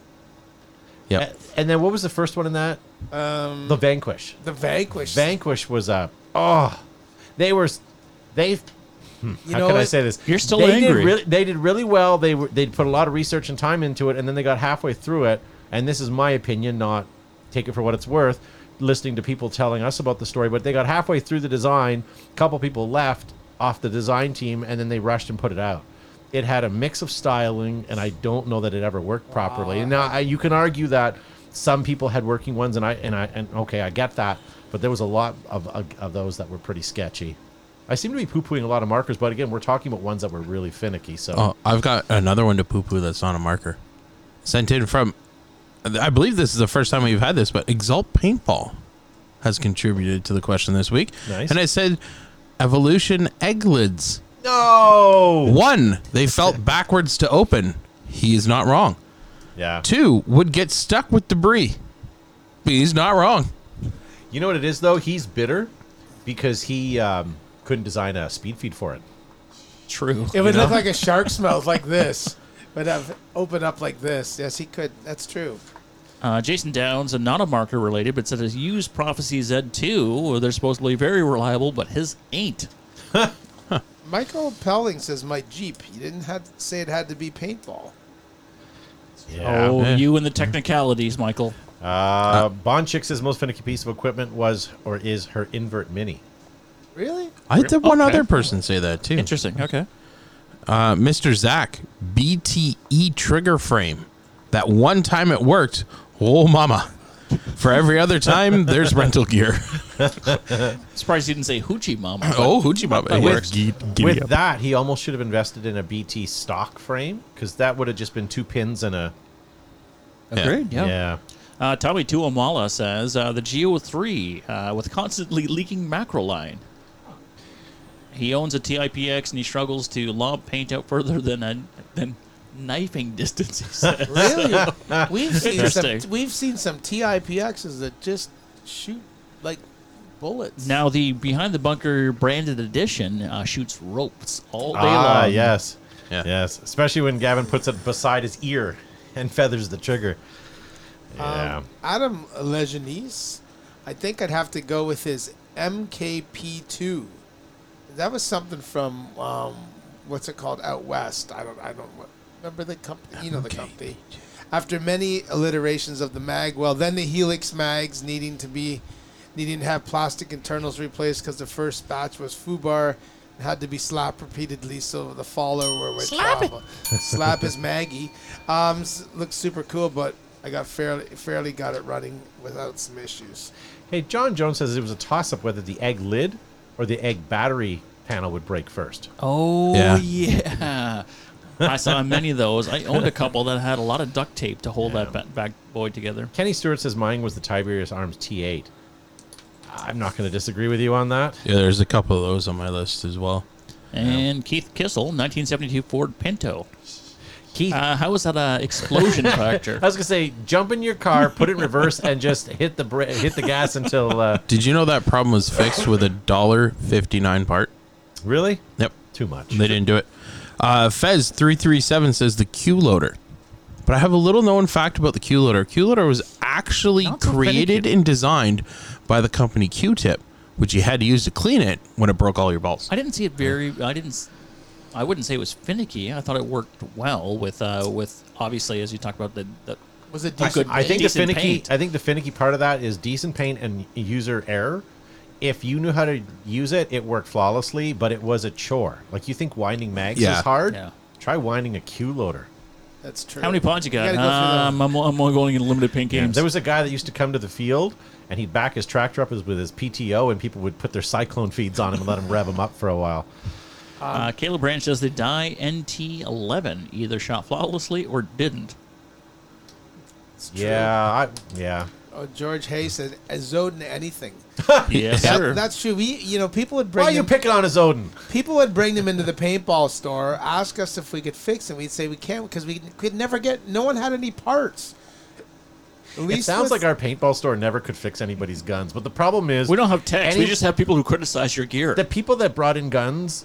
[SPEAKER 2] Yep.
[SPEAKER 1] And then what was the first one in that?
[SPEAKER 3] Um,
[SPEAKER 1] The Vanquish.
[SPEAKER 3] the Vanquish.
[SPEAKER 1] Vanquish was a oh, they were, s- they. hmm,
[SPEAKER 3] You
[SPEAKER 1] how
[SPEAKER 3] know
[SPEAKER 1] can I
[SPEAKER 3] what?
[SPEAKER 1] say this?
[SPEAKER 4] You're still
[SPEAKER 1] they
[SPEAKER 4] angry.
[SPEAKER 1] Did really, they did really well. They were they put a lot of research and time into it, and then they got halfway through it. And this is my opinion, not take it for what it's worth. Listening to people telling us about the story, but they got halfway through the design. A couple people left off the design team, and then they rushed and put it out. It had a mix of styling, and I don't know that it ever worked properly. And now I, you can argue that some people had working ones, and I and I and okay, I get that, but there was a lot of of, of those that were pretty sketchy. I seem to be poo pooing a lot of markers, but again, we're talking about ones that were really finicky. So
[SPEAKER 2] Oh, I've got another one to poo poo that's on a marker. Sent in from, I believe this is the first time we've had this, but Exalt Paintball has contributed to the question this week.
[SPEAKER 1] Nice.
[SPEAKER 2] And I said, Evolution Egglids.
[SPEAKER 1] no,
[SPEAKER 2] One, they felt backwards to open. He is not wrong.
[SPEAKER 1] yeah.
[SPEAKER 2] Two, would get stuck with debris. He's not wrong.
[SPEAKER 1] You know what it is though? He's bitter because he um, couldn't design a speed feed for it.
[SPEAKER 4] True.
[SPEAKER 3] It would look like a shark's mouth, like this, but have open up like this. Yes, he could. That's true.
[SPEAKER 4] Uh, Jason Downs, and not a marker related, but said his used Prophecy Z2, where they're supposedly very reliable, but his ain't.
[SPEAKER 3] Michael Pelling says my Jeep. He didn't have to say it had to be paintball.
[SPEAKER 1] Yeah.
[SPEAKER 4] Oh,
[SPEAKER 2] Yeah.
[SPEAKER 4] you and the technicalities, Michael.
[SPEAKER 1] Uh, Bonchik's most finicky piece of equipment was or is her invert mini.
[SPEAKER 3] Really?
[SPEAKER 2] I had the one
[SPEAKER 4] Okay.
[SPEAKER 2] other person say that too.
[SPEAKER 4] Interesting. Okay.
[SPEAKER 2] Uh, Mr. Zach, BTE trigger frame. That one time it worked. Oh, mama. For every other time, there's rental gear.
[SPEAKER 4] Surprised you didn't say Hoochie Mama.
[SPEAKER 2] Oh, hoochie mama. It works.
[SPEAKER 1] With that, he almost should have invested in a BT stock frame because that would have just been two pins and a
[SPEAKER 2] Agreed.
[SPEAKER 1] yeah.
[SPEAKER 4] Uh, Tommy Tuamala says uh, the Geo 3 uh, with constantly leaking macro line. He owns a TIPX and he struggles to lob paint out further than a, than knifing distance. he said.
[SPEAKER 9] Really? we've seen some.
[SPEAKER 4] Interesting.
[SPEAKER 9] We've seen some TIPXs that just shoot like bullets.
[SPEAKER 4] now the behind the bunker branded edition uh, shoots ropes all day
[SPEAKER 1] Ah,
[SPEAKER 4] long.
[SPEAKER 1] yes.
[SPEAKER 2] Yeah.
[SPEAKER 1] Yes. Especially when Gavin puts it beside his ear and feathers the trigger. Yeah.
[SPEAKER 9] Adam Legenis, I think I'd have to go with his MKP2. That was something from um, what's it called out west? I don't I don't what- remember the company. You know the company. After many alliterations of the mag, well, then the Helix mags needing to be needing to have plastic internals replaced because the first batch was fubar. and Had to be slapped repeatedly so the follower would slap Slap is Maggie. Um, s- looks super cool, but I got fairly fairly got it running without some issues.
[SPEAKER 1] Hey, John Jones says it was a toss up whether the egg lid or the egg battery panel would break first.
[SPEAKER 4] Oh
[SPEAKER 2] Yeah.
[SPEAKER 4] yeah. I saw many of those. I owned a couple that had a lot of duct tape to hold that ba- back boy together.
[SPEAKER 1] Kenny Stewart says mine was the Tiberius Arms T8. I'm not going to disagree with you on that.
[SPEAKER 2] Yeah, there's a couple of those on my list as well.
[SPEAKER 4] And Keith Kissel, 1972 Ford Pinto.
[SPEAKER 1] Keith,
[SPEAKER 4] Uh, how was that uh, explosion factor?
[SPEAKER 1] I was going to say jump in your car, put it in reverse, and just hit the bra- hit the gas until. Uh,
[SPEAKER 2] Did you know that problem was fixed with a dollar fifty nine part?
[SPEAKER 1] really?
[SPEAKER 2] Yep.
[SPEAKER 1] Too much.
[SPEAKER 2] They didn't do it. Uh, Fez three three seven says the Q loader, but I have a little known fact about the Q loader. Q loader was actually
[SPEAKER 4] Not so
[SPEAKER 2] created
[SPEAKER 4] finicky.
[SPEAKER 2] and designed by the company Q Tip, which you had to use to clean it when it broke all your balls.
[SPEAKER 4] I didn't see it very. I didn't. s- I wouldn't say it was finicky. I thought it worked well with uh, with obviously as you talked about the, the
[SPEAKER 9] Was it
[SPEAKER 4] I-
[SPEAKER 9] decent?
[SPEAKER 1] I think the
[SPEAKER 4] Decent
[SPEAKER 1] finicky.
[SPEAKER 4] paint.
[SPEAKER 1] I think the finicky part of that is decent paint and user error. If you knew how to use it, it worked flawlessly. But it was a chore. Like you think winding mags
[SPEAKER 2] Yeah.
[SPEAKER 1] is hard?
[SPEAKER 4] Yeah.
[SPEAKER 1] Try winding a Q loader.
[SPEAKER 9] That's true.
[SPEAKER 4] how many pods you got?
[SPEAKER 9] gotta go
[SPEAKER 4] um,
[SPEAKER 9] through
[SPEAKER 4] I'm, I'm only going in limited paint games.
[SPEAKER 1] There was a guy that used to come to the field and he'd back his tractor up with his PTO, and people would put their cyclone feeds on him and let him rev him up for a while.
[SPEAKER 4] uh, Caleb Branch says the die NT11 either shot flawlessly or didn't. Um,
[SPEAKER 9] It's true.
[SPEAKER 1] Yeah, I, yeah.
[SPEAKER 9] Oh, George Hayes said "A Zoden anything.
[SPEAKER 4] Yes,
[SPEAKER 9] That-
[SPEAKER 4] sir.
[SPEAKER 9] that's true. We you know people would
[SPEAKER 1] Why
[SPEAKER 9] bring
[SPEAKER 1] are you
[SPEAKER 9] them,
[SPEAKER 1] picking on his Odin?
[SPEAKER 9] people would bring them into the paintball store, ask us if we could fix them. We'd say we can't because we could never get. No one had any parts. At
[SPEAKER 1] It sounds like our paintball store never could fix anybody's guns. But the problem is
[SPEAKER 4] we don't have text. we
[SPEAKER 1] any-
[SPEAKER 4] just have people who criticize your gear.
[SPEAKER 1] the people that brought in guns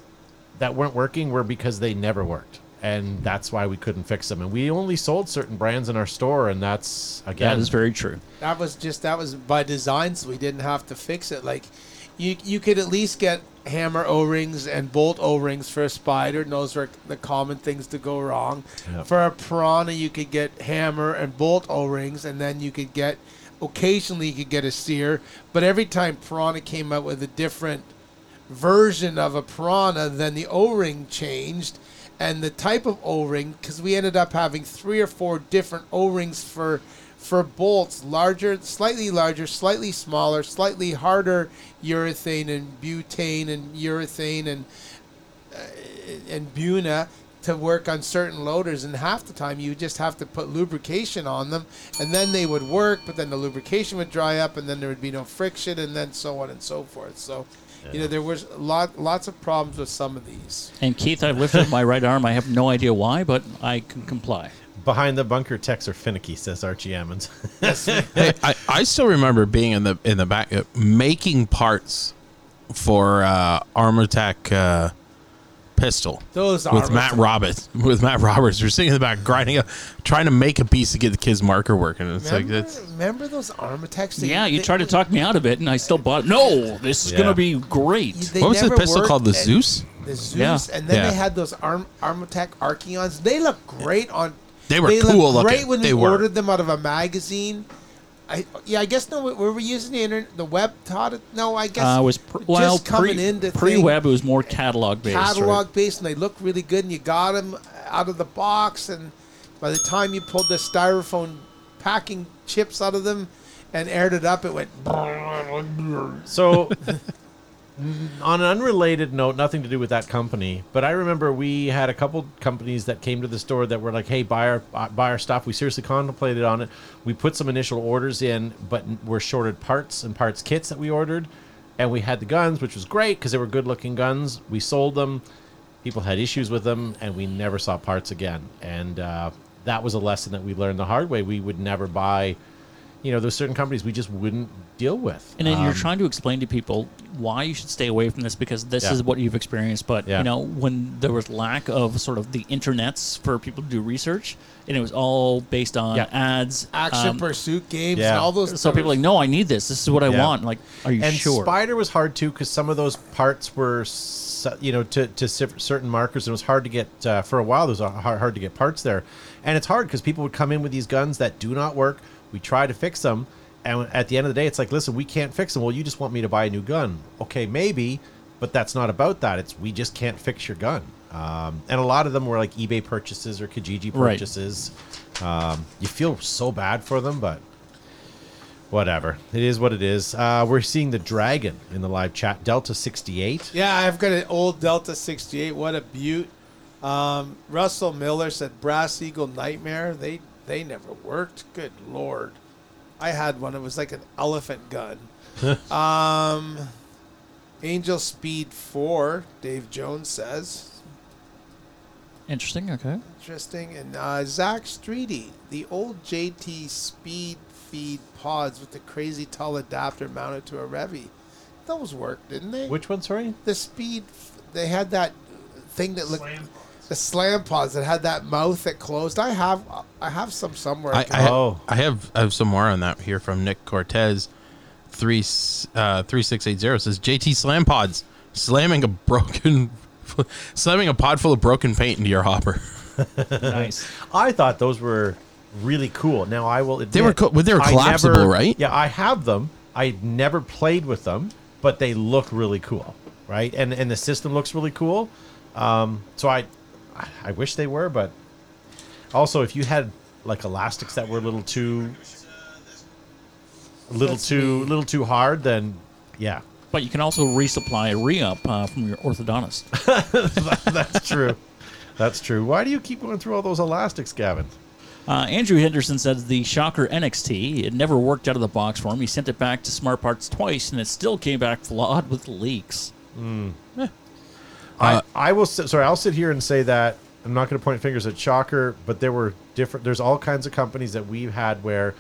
[SPEAKER 1] that weren't working were because they never worked and that's why we couldn't fix them and we only sold certain brands in our store and that's again
[SPEAKER 4] that is very true.
[SPEAKER 9] That was just that was by design, so we didn't have to fix it. Like, you you could at least get hammer O rings and bolt O rings for a spider, and those are the common things to go wrong.
[SPEAKER 1] Yep.
[SPEAKER 9] For a piranha, you could get hammer and bolt O rings, and then you could get occasionally you could get a sear. But every time piranha came out with a different version of a piranha, then the O ring changed. And the type of O ring, because we ended up having three or four different O rings for for bolts larger slightly larger slightly smaller slightly harder urethane and butane and urethane and uh, and buna to work on certain loaders and half the time you just have to put lubrication on them and then they would work but then the lubrication would dry up and then there would be no friction and then so on and so forth so you know there was lot lots of problems with some of these
[SPEAKER 4] And Keith, I've lifted my right arm. I have no idea why, but I can comply.
[SPEAKER 1] behind the bunker techs are finicky says archie emmons
[SPEAKER 2] Hey, I, I still remember being in the in the back uh, making parts for uh, Arm Attack uh, pistol.
[SPEAKER 9] Those
[SPEAKER 2] with
[SPEAKER 9] Arm
[SPEAKER 2] Matt
[SPEAKER 9] Attack-
[SPEAKER 2] Roberts. With Matt Roberts, we're sitting in the back grinding up, trying to make a piece to get the kid's marker working. It's
[SPEAKER 9] remember,
[SPEAKER 2] like that's
[SPEAKER 9] remember those arm attacks that
[SPEAKER 4] Yeah, you
[SPEAKER 9] they-
[SPEAKER 4] tried to talk me out of it, and I still bought. No, this is
[SPEAKER 1] Yeah.
[SPEAKER 4] gonna be great.
[SPEAKER 9] you- they
[SPEAKER 2] what was the
[SPEAKER 9] never
[SPEAKER 2] pistol
[SPEAKER 9] worked
[SPEAKER 2] called? The
[SPEAKER 9] and-
[SPEAKER 2] Zeus.
[SPEAKER 9] the Zeus,
[SPEAKER 4] Yeah.
[SPEAKER 9] and then
[SPEAKER 2] Yeah.
[SPEAKER 9] they had those arm arm attack Archeons. They look great on.
[SPEAKER 2] They were
[SPEAKER 9] looked
[SPEAKER 2] cool looking.
[SPEAKER 9] Great when
[SPEAKER 2] They
[SPEAKER 9] we
[SPEAKER 2] were.
[SPEAKER 9] ordered them out of a magazine. I yeah, I guess no. we- Were we using the internet, the web taught it? No, I guess
[SPEAKER 4] uh, was pr- well
[SPEAKER 9] just coming
[SPEAKER 4] pre,
[SPEAKER 9] into
[SPEAKER 4] pre-web. It was more catalog based. right?
[SPEAKER 9] catalog based, and they looked really good. And you got them out of the box, and by the time you pulled the styrofoam packing chips out of them and aired it up, it went.
[SPEAKER 1] So, n- on an unrelated note, nothing to do with that company, but I remember we had a couple companies that came to the store that were like, "Hey, buy our uh, buy our stuff." We seriously contemplated on it. We put some initial orders in, but n- we're shorted parts and parts kits that we ordered, and we had the guns, which was great because they were good looking guns. We sold them. People had issues with them, and we never saw parts again. And uh, that was a lesson that we learned the hard way. We would never buy, you know, those certain companies we just wouldn't deal with.
[SPEAKER 4] And then you're trying to explain to people why you should stay away from this because this
[SPEAKER 1] Yeah.
[SPEAKER 4] is what you've experienced. But
[SPEAKER 1] Yeah.
[SPEAKER 4] you know, when there was lack of sort of the internets for people to do research, and it was all based on
[SPEAKER 1] Yeah.
[SPEAKER 4] ads,
[SPEAKER 9] Action
[SPEAKER 4] um,
[SPEAKER 9] pursuit games,
[SPEAKER 1] yeah.
[SPEAKER 9] all those.
[SPEAKER 4] so people are like, no, I need this. This is what I
[SPEAKER 1] Yeah.
[SPEAKER 4] want. Like, are you
[SPEAKER 1] and
[SPEAKER 4] sure?
[SPEAKER 1] Spider was hard too because some of those parts were, se- you know, to, to cer- certain markers, and it was hard to get uh, for a while. It was hard, hard to get parts there, and it's hard because people would come in with these guns that do not work. We try to fix them, and at the end of the day, it's like, listen, we can't fix them. Well, you just want me to buy a new gun, okay? Maybe, but that's not about that. It's we just can't fix your gun. Um, and a lot of them were like eBay purchases or Kijiji
[SPEAKER 4] Right.
[SPEAKER 1] purchases. Um, you feel so bad for them, but whatever. It is what it is. Uh, we're seeing the dragon in the live chat. Delta 68.
[SPEAKER 9] Yeah, I've got an old Delta 68. What a beaut. Um, Russell Miller said Brass Eagle Nightmare. They they never worked. Good lord. I had one. It was like an elephant gun. um, Angel Speed 4, Dave Jones says.
[SPEAKER 4] Interesting. Okay.
[SPEAKER 9] Interesting. And uh, Zach Streety, the old JT Speed Feed pods with the crazy tall adapter mounted to a Revy. Those worked, didn't they?
[SPEAKER 1] Which one, sorry?
[SPEAKER 9] the speed they had that thing that looked
[SPEAKER 10] Slam
[SPEAKER 9] the slam pods that had that mouth that closed i have i have some somewhere
[SPEAKER 2] I, I,
[SPEAKER 1] Oh.
[SPEAKER 2] I have I have some more on that here from Nick Cortez, three s- uh, three six eight zero says JT slam pods slamming a broken slamming a pod full of broken paint into your hopper.
[SPEAKER 4] nice.
[SPEAKER 1] I thought those were really cool. Now, I will admit.
[SPEAKER 2] They were co- well, they were
[SPEAKER 1] I
[SPEAKER 2] collapsible, right?
[SPEAKER 1] Yeah, I have them. I never played with them, but they look really cool, right? And and the system looks really cool. Um, so I, I wish they were, but also if you had like elastics that were a little too, a little too, little too hard, then yeah,
[SPEAKER 4] But you can also resupply re up uh, from your orthodontist.
[SPEAKER 1] That's true. That's true. Why do you keep going through all those elastics, Gavin?
[SPEAKER 4] Uh, Andrew Henderson says the Shocker NXT, it never worked out of the box for him. He sent it back to Smart Parts twice, and it still came back flawed with leaks. Uh,
[SPEAKER 1] I, I will. Sit, sorry, I'll sit here and say that I'm not going to point fingers at Shocker, but there were different. There's all kinds of companies that we've had where,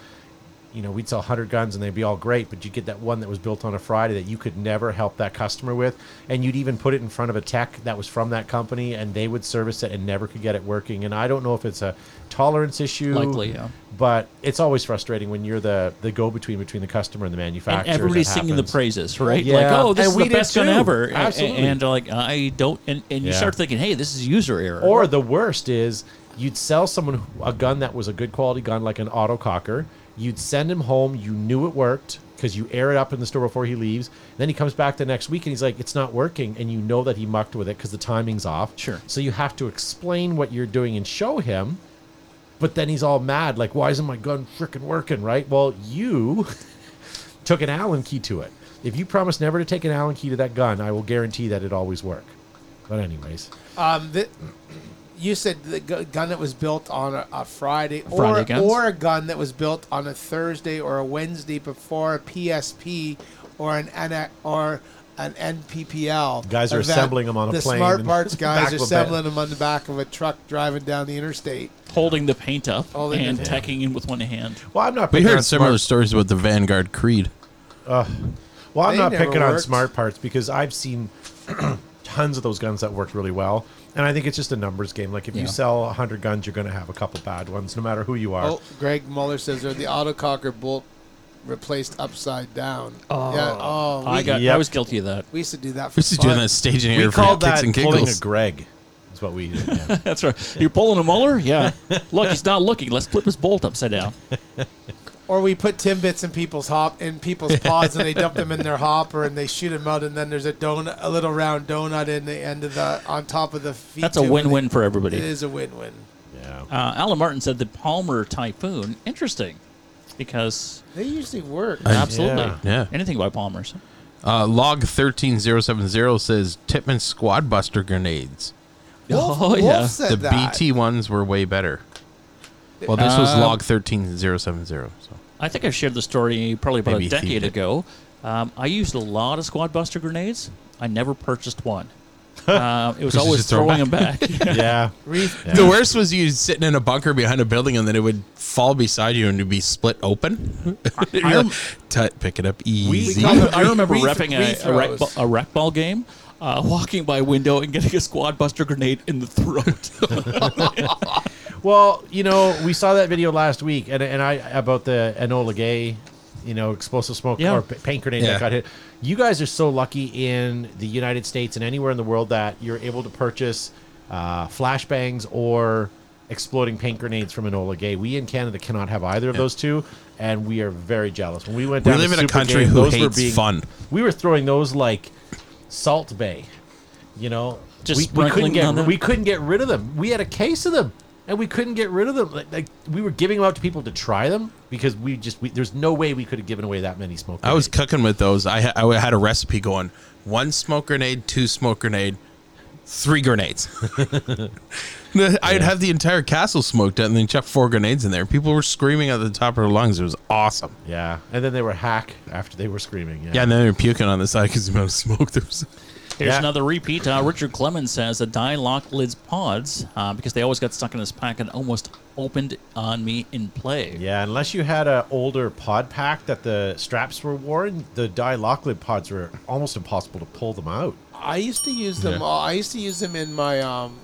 [SPEAKER 1] you know, we'd sell 100 guns and they'd be all great, but you get that one that was built on a Friday that you could never help that customer with, and you'd even put it in front of a tech that was from that company, and they would service it and never could get it working. And I don't know if it's a tolerance issue,
[SPEAKER 4] Likely, yeah.
[SPEAKER 1] But it's always frustrating when you're the the go between between the customer and the manufacturer.
[SPEAKER 4] And
[SPEAKER 1] that
[SPEAKER 4] everybody's singing the
[SPEAKER 1] happens.
[SPEAKER 4] praises, right?
[SPEAKER 1] Yeah.
[SPEAKER 4] Like, oh, this
[SPEAKER 1] And
[SPEAKER 4] is
[SPEAKER 1] we
[SPEAKER 4] the
[SPEAKER 1] did
[SPEAKER 4] best gun
[SPEAKER 1] too.
[SPEAKER 4] ever. A- a-
[SPEAKER 1] Absolutely.
[SPEAKER 4] And, like, I don't. And, and you
[SPEAKER 1] Yeah.
[SPEAKER 4] start thinking, hey, this is user error.
[SPEAKER 1] Or the worst is you'd sell someone who- a gun that was a good quality gun, like an autococker. You'd send him home. You knew it worked because you air it up in the store before he leaves. Then he comes back the next week and he's like, "It's not working," and you know that he mucked with it because the timing's off.
[SPEAKER 4] Sure.
[SPEAKER 1] So you have to explain what you're doing and show him. But then he's all mad, like, "Why isn't my gun freaking working?" Right? Well, you took an Allen key to it. If you promise never to take an Allen key to that gun, I will guarantee that it always work. But anyways,
[SPEAKER 9] um the, you said the gu- gun that was built on a, a friday or,
[SPEAKER 4] Friday guns?
[SPEAKER 9] or a gun that was built on a thursday or a wednesday before a psp or an N- or an nppl
[SPEAKER 1] Guys are
[SPEAKER 9] event.
[SPEAKER 1] assembling 'em on a
[SPEAKER 9] the
[SPEAKER 1] plane
[SPEAKER 9] smart
[SPEAKER 1] and
[SPEAKER 9] parts
[SPEAKER 1] back of
[SPEAKER 9] guys are
[SPEAKER 1] a bed.
[SPEAKER 9] assembling them on the back of a truck driving down the interstate
[SPEAKER 4] holding the paint up
[SPEAKER 1] Oh,
[SPEAKER 9] Holding the
[SPEAKER 4] and
[SPEAKER 9] paint.
[SPEAKER 4] tacking in with one hand.
[SPEAKER 1] well, I'm not.
[SPEAKER 2] We
[SPEAKER 1] picking
[SPEAKER 2] heard
[SPEAKER 1] on
[SPEAKER 2] similar
[SPEAKER 1] smart-
[SPEAKER 2] stories about the Vanguard Creed.
[SPEAKER 1] Well, I'm
[SPEAKER 9] They
[SPEAKER 1] not
[SPEAKER 9] never
[SPEAKER 1] picking on
[SPEAKER 9] worked.
[SPEAKER 1] smart parts because I've seen tons of those guns that worked really well, and I think it's just a numbers game. Like if you
[SPEAKER 4] Yeah.
[SPEAKER 1] sell hundred guns, you're going to have a couple bad ones, no matter who you are.
[SPEAKER 9] Oh, Greg Muller says they're the autococker bolt replaced upside down. Oh, yeah, oh
[SPEAKER 4] I
[SPEAKER 9] we,
[SPEAKER 4] got.
[SPEAKER 1] Yep.
[SPEAKER 4] I was guilty of that.
[SPEAKER 9] we used to do that for
[SPEAKER 2] We used to do
[SPEAKER 9] fun.
[SPEAKER 2] that staging
[SPEAKER 1] we
[SPEAKER 2] area for
[SPEAKER 1] called
[SPEAKER 2] kicks
[SPEAKER 1] that
[SPEAKER 2] and
[SPEAKER 1] pulling a
[SPEAKER 2] giggles.
[SPEAKER 1] Greg. That's what we did. yeah.
[SPEAKER 4] That's right. You're pulling a Muller? Yeah. Look, he's not looking. Let's flip his bolt upside down.
[SPEAKER 9] Or we put Timbits in people's hop in people's pods and they dump them in their hopper and they shoot them out and then there's a donut, a little round donut in the end of the on top of the feet.
[SPEAKER 4] That's a
[SPEAKER 9] tube, and
[SPEAKER 4] win-win for
[SPEAKER 9] It
[SPEAKER 4] everybody.
[SPEAKER 9] is a win-win.
[SPEAKER 1] Yeah.
[SPEAKER 4] Uh, Alan Martin said the Palmer Typhoon. Interesting, because
[SPEAKER 9] They usually work.
[SPEAKER 4] absolutely,
[SPEAKER 2] Uh, Yeah.
[SPEAKER 4] anything by Palmer's.
[SPEAKER 2] Uh, log thirteen zero seven zero says Tipman Squad Buster grenades.
[SPEAKER 9] Wolf,
[SPEAKER 4] oh
[SPEAKER 9] Wolf
[SPEAKER 4] yeah,
[SPEAKER 9] said
[SPEAKER 2] the
[SPEAKER 9] that.
[SPEAKER 2] BT ones were way better. Well, this was
[SPEAKER 4] Um,
[SPEAKER 2] log thirteen zero seven zero. So
[SPEAKER 4] I think I shared the story probably about
[SPEAKER 2] Maybe he
[SPEAKER 4] a decade
[SPEAKER 2] did.
[SPEAKER 4] ago. Um, I used a lot of Squad Buster grenades. I never purchased one. Uh, it was
[SPEAKER 2] Versus
[SPEAKER 4] always
[SPEAKER 2] just throw
[SPEAKER 4] throwing
[SPEAKER 2] it
[SPEAKER 4] them back.
[SPEAKER 1] Yeah.
[SPEAKER 2] The worst was you sitting in a bunker behind a building and then it would fall beside you and you'd be split open. You're
[SPEAKER 4] I rem-
[SPEAKER 2] like, "Tut, pick it up easy.
[SPEAKER 4] I, I remember
[SPEAKER 3] Re-
[SPEAKER 4] repping a, a, rec,
[SPEAKER 3] re-throws.
[SPEAKER 4] ball, a rec ball game, uh, walking by a window and getting a squad buster grenade in the throat.
[SPEAKER 1] Well, you know, we saw that video last week, and, and I about the Enola Gay, you know, explosive smoke
[SPEAKER 4] Yeah.
[SPEAKER 1] or p- paint grenade
[SPEAKER 2] Yeah.
[SPEAKER 1] that got hit. You guys are so lucky in the United States and anywhere in the world that you're able to purchase uh, flashbangs or exploding paint grenades from Enola Gay. We in Canada cannot have either of those two, and we are very jealous. When we went
[SPEAKER 2] We
[SPEAKER 1] down, to
[SPEAKER 2] live in a
[SPEAKER 1] Super
[SPEAKER 2] country
[SPEAKER 1] Game,
[SPEAKER 2] who
[SPEAKER 1] those were
[SPEAKER 2] hates
[SPEAKER 1] being-
[SPEAKER 2] fun.
[SPEAKER 1] We were throwing those like Salt Bay, you know.
[SPEAKER 4] Just
[SPEAKER 1] we, we couldn't
[SPEAKER 4] sprinkling
[SPEAKER 1] get
[SPEAKER 4] on them?
[SPEAKER 1] we couldn't get rid of them. We had a case of them, and we couldn't get rid of them. Like, like we were giving them out to people to try them because we just we, there's no way we could have given away that many smoke.
[SPEAKER 2] I was
[SPEAKER 1] grenades.
[SPEAKER 2] cooking with those. I, ha- I had a recipe going one smoke grenade, two smoke grenade, three grenades. I'd have the entire castle smoked out and then chuck four grenades in there. People were screaming at the top of their lungs. It was awesome.
[SPEAKER 1] yeah, and then they were hack after they were screaming. Yeah,
[SPEAKER 2] Yeah, and then they were puking on the side because the amount of smoke there was.
[SPEAKER 4] Here's
[SPEAKER 1] Yeah.
[SPEAKER 4] another repeat. Uh, Richard Clemens says the die locked lids pods uh, because they always got stuck in his pack and almost opened on me in play.
[SPEAKER 1] yeah. Unless you had an older pod pack that the straps were worn, the die lock lid pods were almost impossible to pull them out.
[SPEAKER 9] I used to use them.
[SPEAKER 2] Yeah.
[SPEAKER 9] all I used to use them in my um,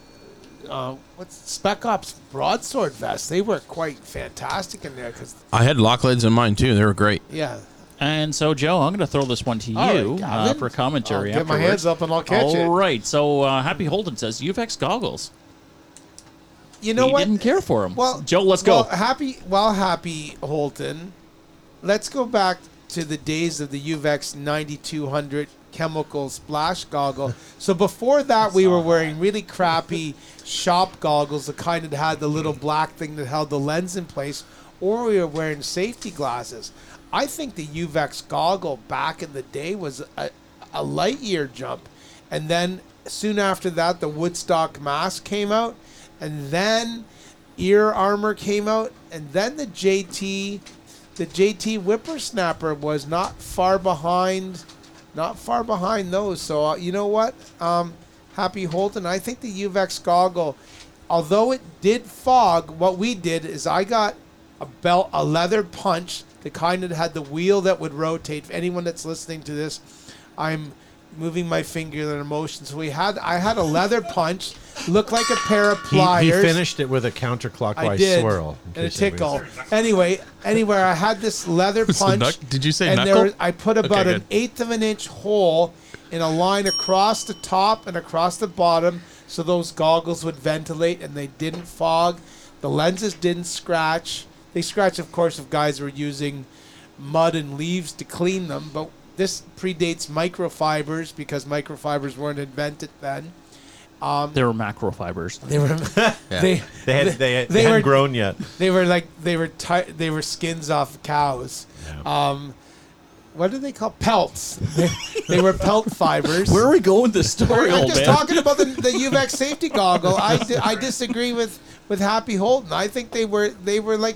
[SPEAKER 9] uh, what's Spec Ops broadsword vest. They were quite fantastic in there because
[SPEAKER 2] I had lock lids in mine too. They were great.
[SPEAKER 9] yeah,
[SPEAKER 4] And so, Joe, I'm going to throw this one to you
[SPEAKER 9] All right,
[SPEAKER 4] uh,
[SPEAKER 9] Gavin.
[SPEAKER 4] for commentary.
[SPEAKER 9] I'll get my
[SPEAKER 4] afterwards.
[SPEAKER 9] hands up and I'll catch it.
[SPEAKER 4] All right. So, uh, Happy Holden says UVX goggles.
[SPEAKER 9] you know
[SPEAKER 4] he
[SPEAKER 9] what?
[SPEAKER 4] didn't care for him.
[SPEAKER 9] Well,
[SPEAKER 4] Joe, let's
[SPEAKER 9] well,
[SPEAKER 4] go.
[SPEAKER 9] Happy, well, happy Holton. Let's go back to the days of the Uvex 9200 chemical splash goggle. So before that, we were wearing really crappy shop goggles, the kind that had the little black thing that held the lens in place, or we were wearing safety glasses. I think the Uvex goggle back in the day was a, a light year jump, and then soon after that, the Woodstock mask came out, and then ear armor came out, and then the JT, the JT Whippersnapper was not far behind, not far behind those. So uh, you know what, um, Happy Holton, I think the UVX goggle, although it did fog, what we did is I got a belt, a leather punch, the kind that had the wheel that would rotate. For anyone that's listening to this, I'm moving my finger in motion. So we had, I had a leather punch, looked like a pair of
[SPEAKER 1] He, he
[SPEAKER 9] pliers.
[SPEAKER 1] finished it with a counterclockwise
[SPEAKER 9] I did.
[SPEAKER 1] swirl in
[SPEAKER 9] and a
[SPEAKER 1] case anybody was-
[SPEAKER 9] tickle. Anyway, anywhere I had this leather
[SPEAKER 2] It's a
[SPEAKER 9] punch.
[SPEAKER 2] knuck- did you say
[SPEAKER 9] and
[SPEAKER 2] knuckle?
[SPEAKER 9] There, was- I put about
[SPEAKER 2] Okay,
[SPEAKER 9] an
[SPEAKER 2] good.
[SPEAKER 9] eighth of an inch hole in a line across the top and across the bottom, so those goggles would ventilate and they didn't fog. The lenses didn't scratch. They scratch, of course, if guys were using mud and leaves to clean them. But this predates microfibers because microfibers weren't invented then. Um,
[SPEAKER 4] There were macrofibers.
[SPEAKER 9] They were they
[SPEAKER 1] They had they, had- they
[SPEAKER 9] They
[SPEAKER 1] hadn't
[SPEAKER 9] were-
[SPEAKER 1] grown yet.
[SPEAKER 9] They were like they were ti they were skins off cows. Um, what do they call pelts? They, they were pelt fibers.
[SPEAKER 4] Where are we going with this story,
[SPEAKER 9] I'm
[SPEAKER 4] old
[SPEAKER 9] just
[SPEAKER 4] man?
[SPEAKER 9] talking about the, the UVX safety goggle. I, di- I disagree with, with Happy Holden. I think they were they were like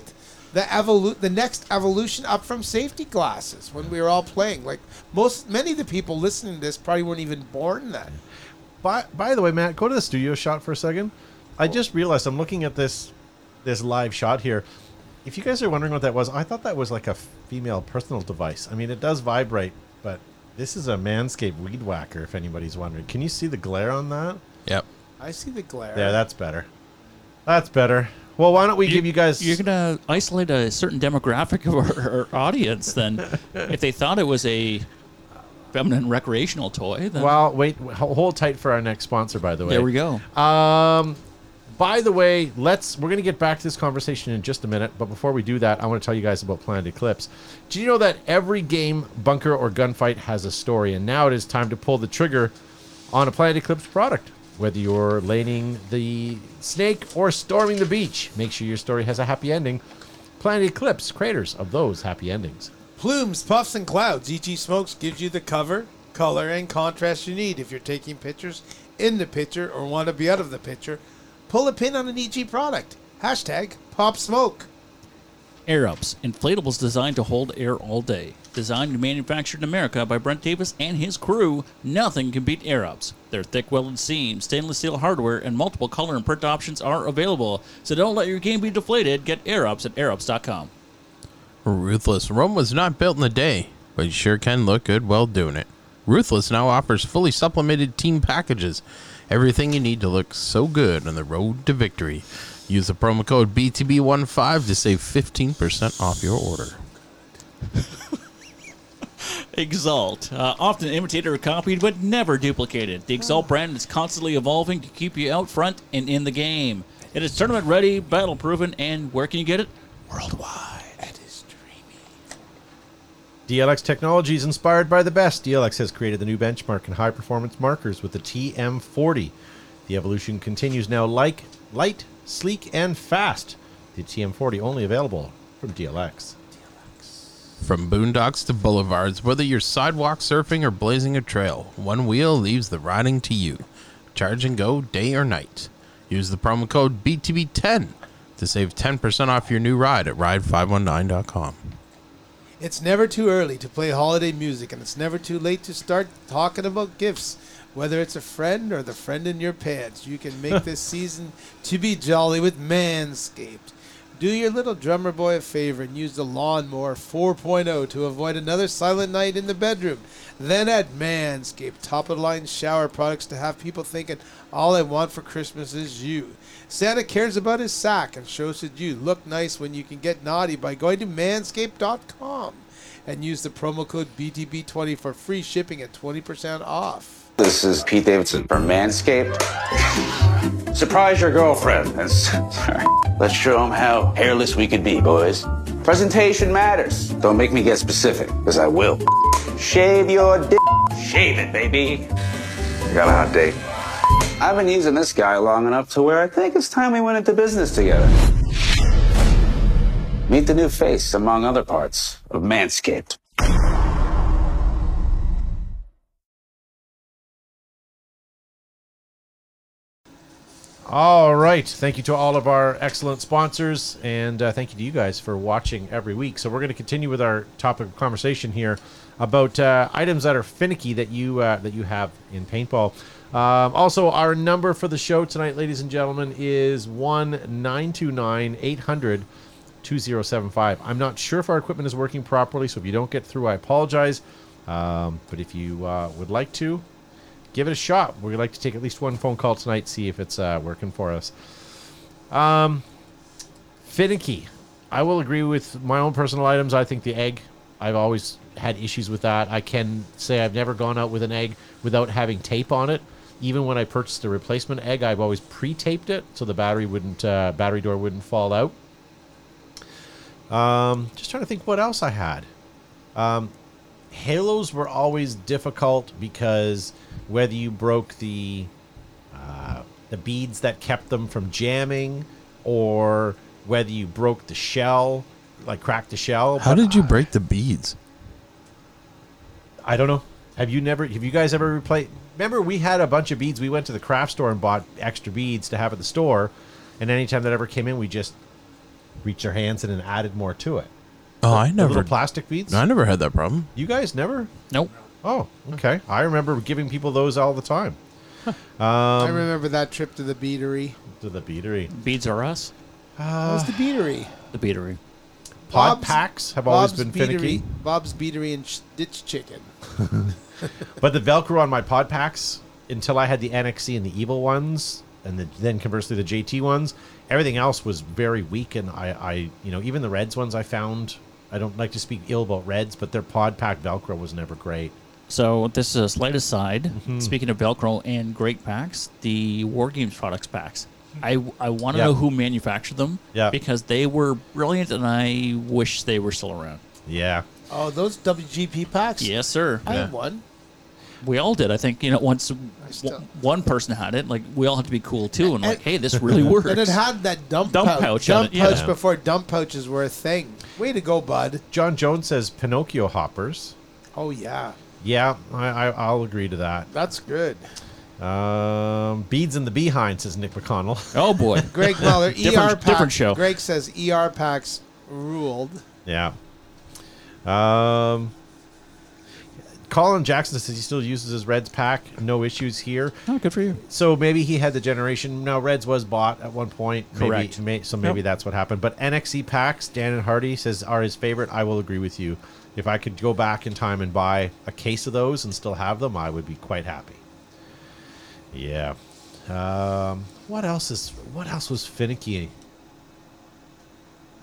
[SPEAKER 9] the evolu- the next evolution up from safety glasses when we were all playing. Like most many of the people listening to this probably weren't even born then.
[SPEAKER 1] By, by the way, Matt, go to the studio shot for a second. I just realized I'm looking at this this live shot here. If you guys are wondering what that was, I thought that was like a female personal device. I mean, it does vibrate, but this is a Manscaped weed whacker. If anybody's wondering, can you see the glare on that?
[SPEAKER 2] Yep.
[SPEAKER 9] I see the glare.
[SPEAKER 1] There, that's better. That's better. Well, why don't we give you guys?
[SPEAKER 4] You're going to isolate a certain demographic of our, our audience then. if they thought it was a feminine recreational toy, then
[SPEAKER 1] well, wait, h- hold tight for our next sponsor. By the way,
[SPEAKER 4] there we go.
[SPEAKER 1] Um, by the way, let's we're gonna get back to this conversation in just a minute, but before we do that, I want to tell you guys about Planet Eclipse. Do you know that every game, bunker or gunfight has a story, and now it is time to pull the trigger on a Planet Eclipse product. Whether you're laning the snake or storming the beach, make sure your story has a happy ending. Planet Eclipse, creators of those happy endings.
[SPEAKER 9] Plumes, puffs, and clouds. EG Smokes gives you the cover, color, and contrast you need if you're taking pictures in the picture or want to be out of E the picture. Pull a pin on an EG product. Hashtag pop smoke.
[SPEAKER 4] Air Ups, inflatables designed to hold air all day. Designed and manufactured in America by Brent Davis and his crew, nothing can beat Air Ups. Their thick welded seams, stainless steel hardware, and multiple color and print options are available. So don't let your game be deflated. Get Air Ups at airups.com.
[SPEAKER 2] Ruthless. Rome was not built in a day, but you sure can look good while doing it. Ruthless now offers fully supplemented team packages. Everything you need to look so good on the road to victory. Use the promo code BTB15 to save 15% off your order.
[SPEAKER 4] Exalt, uh, often imitated or copied, but never duplicated. The Exalt brand is constantly evolving to keep you out front and in the game. It is tournament ready, battle proven, and where can you get it? Worldwide.
[SPEAKER 1] DLX technology is inspired by the best. DLX has created the new benchmark in high performance markers with the TM40. The evolution continues now like light, sleek, and fast. The TM40 only available from DLX.
[SPEAKER 2] From boondocks to boulevards, whether you're sidewalk surfing or blazing a trail, one wheel leaves the riding to you. Charge and go day or night. Use the promo code BTB10 to save 10% off your new ride at ride519.com.
[SPEAKER 9] It's never too early to play holiday music, and it's never too late to start talking about gifts. Whether it's a friend or the friend in your pants, you can make this season to be jolly with Manscaped. Do your little drummer boy a favor and use the Lawnmower 4.0 to avoid another silent night in the bedroom. Then add Manscaped top of the line shower products to have people thinking, All I want for Christmas is you. Santa cares about his sack and shows that you look nice when you can get naughty by going to manscaped.com and use the promo code BTB20 for free shipping and 20% off.
[SPEAKER 11] This is Pete Davidson from Manscaped. Surprise your girlfriend. And s- sorry. Let's show them how hairless we could be, boys. Presentation matters. Don't make me get specific, because I will. Shave your dick. Shave it, baby. I got a hot date. I've been using this guy long enough to where I think it's time we went into business together. Meet the new face, among other parts, of Manscaped.
[SPEAKER 1] All right. Thank you to all of our excellent sponsors, and uh, thank you to you guys for watching every week. So we're going to continue with our topic of conversation here about uh, items that are finicky that you uh, that you have in paintball. Um, also, our number for the show tonight, ladies and gentlemen, is one nine two nine eight hundred. 2075. I'm not sure if our equipment is working properly, so if you don't get through, I apologize. Um, but if you uh, would like to, give it a shot. We'd like to take at least one phone call tonight, see if it's uh, working for us. Um, finicky. I will agree with my own personal items. I think the egg. I've always had issues with that. I can say I've never gone out with an egg without having tape on it. Even when I purchased a replacement egg, I've always pre-taped it so the battery wouldn't uh, battery door wouldn't fall out. Um, just trying to think what else I had. Um, Halos were always difficult because whether you broke the uh, the beads that kept them from jamming, or whether you broke the shell, like cracked the shell.
[SPEAKER 2] How
[SPEAKER 1] but
[SPEAKER 2] did you break the beads?
[SPEAKER 1] I don't know. Have you never? Have you guys ever replaced? Remember, we had a bunch of beads. We went to the craft store and bought extra beads to have at the store, and anytime that ever came in, we just reached our hands in and added more to it.
[SPEAKER 2] Oh, I
[SPEAKER 1] The little
[SPEAKER 2] never.
[SPEAKER 1] plastic beads.
[SPEAKER 2] I never had that problem.
[SPEAKER 1] You guys never?
[SPEAKER 4] Nope.
[SPEAKER 1] Oh, okay. I remember giving people those all the time.
[SPEAKER 9] I
[SPEAKER 1] Um,
[SPEAKER 9] remember that trip to the beatery.
[SPEAKER 1] To the beatery.
[SPEAKER 4] Beads are us.
[SPEAKER 9] What was the beatery?
[SPEAKER 4] The beatery.
[SPEAKER 1] Pod
[SPEAKER 9] Bob's-
[SPEAKER 1] packs have always
[SPEAKER 9] Bob's
[SPEAKER 1] been
[SPEAKER 9] beatery,
[SPEAKER 1] finicky,
[SPEAKER 9] Bob's beatery and sh- ditch chicken.
[SPEAKER 1] but the Velcro on my pod packs, until I had the NXC and the Evil ones, and the, then conversely the JT ones, everything else was very weak. And I, I, you know, even the Reds ones I found, I don't like to speak ill about Reds, but their pod pack Velcro was never great.
[SPEAKER 4] So this is a slight aside. Speaking of Velcro and great packs, the War Games products packs. I, I want to
[SPEAKER 1] Yeah.
[SPEAKER 4] know who manufactured them
[SPEAKER 1] Yeah.
[SPEAKER 4] because they were brilliant and I wish they were still around.
[SPEAKER 1] Yeah.
[SPEAKER 9] Oh, those WGP packs?
[SPEAKER 4] Yes, sir.
[SPEAKER 9] I
[SPEAKER 1] Yeah.
[SPEAKER 9] won.
[SPEAKER 4] we all did. I think you know once
[SPEAKER 9] still-
[SPEAKER 4] w- one person had it, like we all had to be cool too, and like, hey, this really works.
[SPEAKER 9] And it had that dump,
[SPEAKER 4] Dump
[SPEAKER 9] pouch.
[SPEAKER 4] pouch on
[SPEAKER 9] Dump
[SPEAKER 4] it, yeah.
[SPEAKER 9] pouch before dump pouches were a thing. Way to go, bud.
[SPEAKER 1] John Jones says Pinocchio hoppers.
[SPEAKER 9] Oh, yeah.
[SPEAKER 1] Yeah, I, I, I'll agree to that.
[SPEAKER 9] That's good.
[SPEAKER 1] Um, beads in the behind says Nick McConnell.
[SPEAKER 4] oh boy,
[SPEAKER 9] Greg Muller, ER
[SPEAKER 4] Different-
[SPEAKER 9] packs.
[SPEAKER 4] different show.
[SPEAKER 9] Greg says ER packs ruled.
[SPEAKER 1] Yeah. Um, Colin Jackson says he still uses his Reds pack. No issues here.
[SPEAKER 12] Oh, good for you.
[SPEAKER 1] So maybe he had the generation. Now Reds was bought at one point. Maybe-
[SPEAKER 12] Correct.
[SPEAKER 1] may- so maybe
[SPEAKER 12] Yep.
[SPEAKER 1] that's what happened. But NXE packs, Dan and Hardy says are his favorite. I will agree with you. If I could go back in time and buy a case of those and still have them, I would be quite happy. Yeah. Um, what else is? What else was finicky?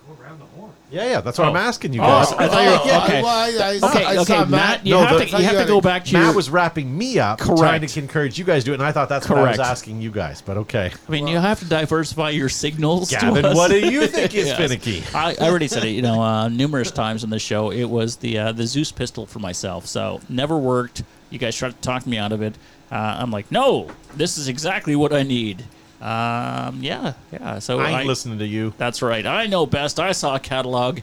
[SPEAKER 10] Go around the horn.
[SPEAKER 1] Yeah, yeah. That's what I'm
[SPEAKER 10] Oh.
[SPEAKER 1] asking you
[SPEAKER 10] Oh,
[SPEAKER 1] guys.
[SPEAKER 10] I thought you were- Yeah, okay. well, I- I-
[SPEAKER 1] Okay,
[SPEAKER 10] I saw
[SPEAKER 1] okay,
[SPEAKER 10] Matt.
[SPEAKER 1] Matt. You
[SPEAKER 10] No,
[SPEAKER 1] have
[SPEAKER 10] the-
[SPEAKER 1] to, you have to go back to
[SPEAKER 10] Matt
[SPEAKER 1] your-
[SPEAKER 10] was
[SPEAKER 1] wrapping me up,
[SPEAKER 4] trying
[SPEAKER 1] trying
[SPEAKER 4] to
[SPEAKER 1] to encourage you guys do it, and I thought that's what I was asking you guys. But okay.
[SPEAKER 4] I mean, you have to diversify your signals. to
[SPEAKER 1] Gavin,
[SPEAKER 4] us.
[SPEAKER 1] what do you think is
[SPEAKER 4] Yes.
[SPEAKER 1] finicky?
[SPEAKER 4] I, I already said it, you know, uh, numerous times on the show. It was the uh, the Zeus pistol for myself, so never worked. You guys tried to talk me out of it. Uh, I'm like, no, this is exactly what I need. Um, yeah, yeah. So
[SPEAKER 1] I ain't listening to you.
[SPEAKER 4] That's right. I know best. I saw a catalog,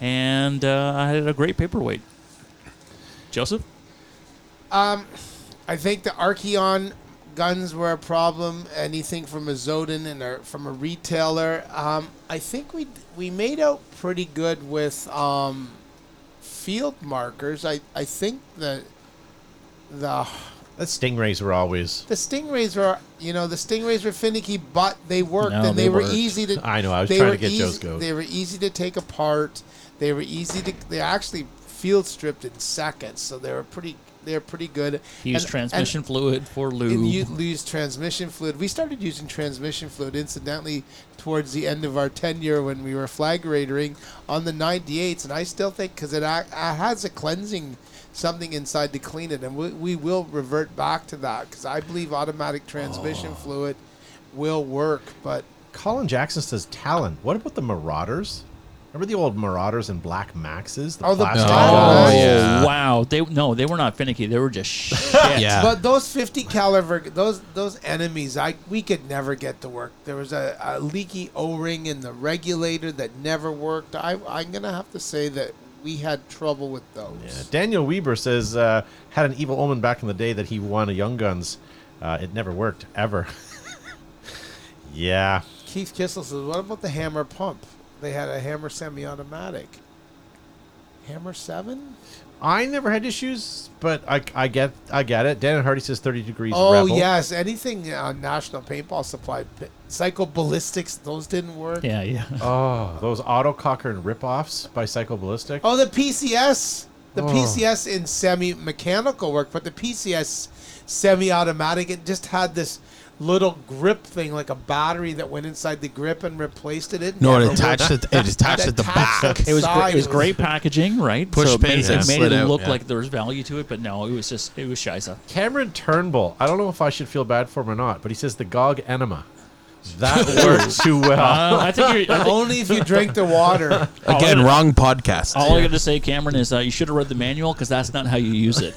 [SPEAKER 4] and uh, I had a great paperweight. Joseph,
[SPEAKER 9] Um, I think the Archeon guns were a problem. Anything from a Zoden and a, from a retailer. Um, I think we we made out pretty good with um, field markers. I I think the the
[SPEAKER 1] That stingrays were always.
[SPEAKER 9] the stingrays were you know the stingrays were finicky, but they worked
[SPEAKER 1] No,
[SPEAKER 9] and they,
[SPEAKER 1] they
[SPEAKER 9] were
[SPEAKER 1] worked.
[SPEAKER 9] easy to.
[SPEAKER 1] I know, I was
[SPEAKER 9] they
[SPEAKER 1] trying
[SPEAKER 9] were
[SPEAKER 1] to get
[SPEAKER 9] easy,
[SPEAKER 1] Joe's goat.
[SPEAKER 9] They were easy to take apart. They were easy to. They actually field stripped in seconds, so they were pretty. They were pretty good.
[SPEAKER 4] use transmission fluid for lube.
[SPEAKER 9] And you lose transmission fluid. We started using transmission fluid, incidentally, towards the end of our tenure when we were flag raiding on the 98s. And I still think because it, ac- it has a cleansing something inside to clean it. And we, we will revert back to that because I believe automatic transmission fluid will work. But
[SPEAKER 1] Colin Jackson says Talon. What about the Marauders? Remember the old Marauders and Black Maxes?
[SPEAKER 9] Oh, the
[SPEAKER 1] plastic
[SPEAKER 9] Black
[SPEAKER 1] ones?
[SPEAKER 9] Maxes. Yeah.
[SPEAKER 4] wow! They no, they were not finicky. They were just shit.
[SPEAKER 9] But those 50 caliber, those those enemies, I we could never get to work. There was a, a leaky O-ring in the regulator that never worked. I, I'm gonna have to say that we had trouble with those.
[SPEAKER 1] Yeah. Daniel Weber says uh, had an evil omen back in the day that he won a Young Guns. Uh, it never worked ever. yeah.
[SPEAKER 9] Keith Kissel says, "What about the hammer pump? They had a hammer semi-automatic. Hammer seven?
[SPEAKER 1] I never had issues, but I, I get I get it. Dan Hardy says thirty degrees.
[SPEAKER 9] Oh
[SPEAKER 1] Rebel.
[SPEAKER 9] yes, anything uh, National Paintball Supply, Psycho Ballistics. Those didn't work.
[SPEAKER 1] oh, those auto cocker and ripoffs by Psycho Ballistic.
[SPEAKER 9] Oh, the PCS. The
[SPEAKER 1] Oh.
[SPEAKER 9] PCS in semi mechanical work, but the PCS semi automatic, it just had this little grip thing, like a battery that went inside the grip and replaced it. it
[SPEAKER 2] No, it
[SPEAKER 9] never
[SPEAKER 2] attached
[SPEAKER 9] worked.
[SPEAKER 2] at- it attached at the
[SPEAKER 9] attached
[SPEAKER 2] back.
[SPEAKER 9] the
[SPEAKER 4] It was gr-
[SPEAKER 9] side.
[SPEAKER 4] it was great packaging, right?
[SPEAKER 2] Push
[SPEAKER 4] so it made,
[SPEAKER 2] pins that
[SPEAKER 4] it, made
[SPEAKER 2] slid
[SPEAKER 4] it
[SPEAKER 2] out,
[SPEAKER 4] look
[SPEAKER 2] yeah.
[SPEAKER 4] like there was value to it, but no, it was just it was shiza.
[SPEAKER 1] Cameron Turnbull. I don't know if I should feel bad for him or not, but he says the Gog enema. That worked too
[SPEAKER 2] Oh.
[SPEAKER 1] well.
[SPEAKER 4] Uh, I think you
[SPEAKER 9] Only if you drink the water.
[SPEAKER 2] Again, wrong podcast.
[SPEAKER 4] All I got to say, Cameron, is uh, you should have read the manual because that's not how you use it.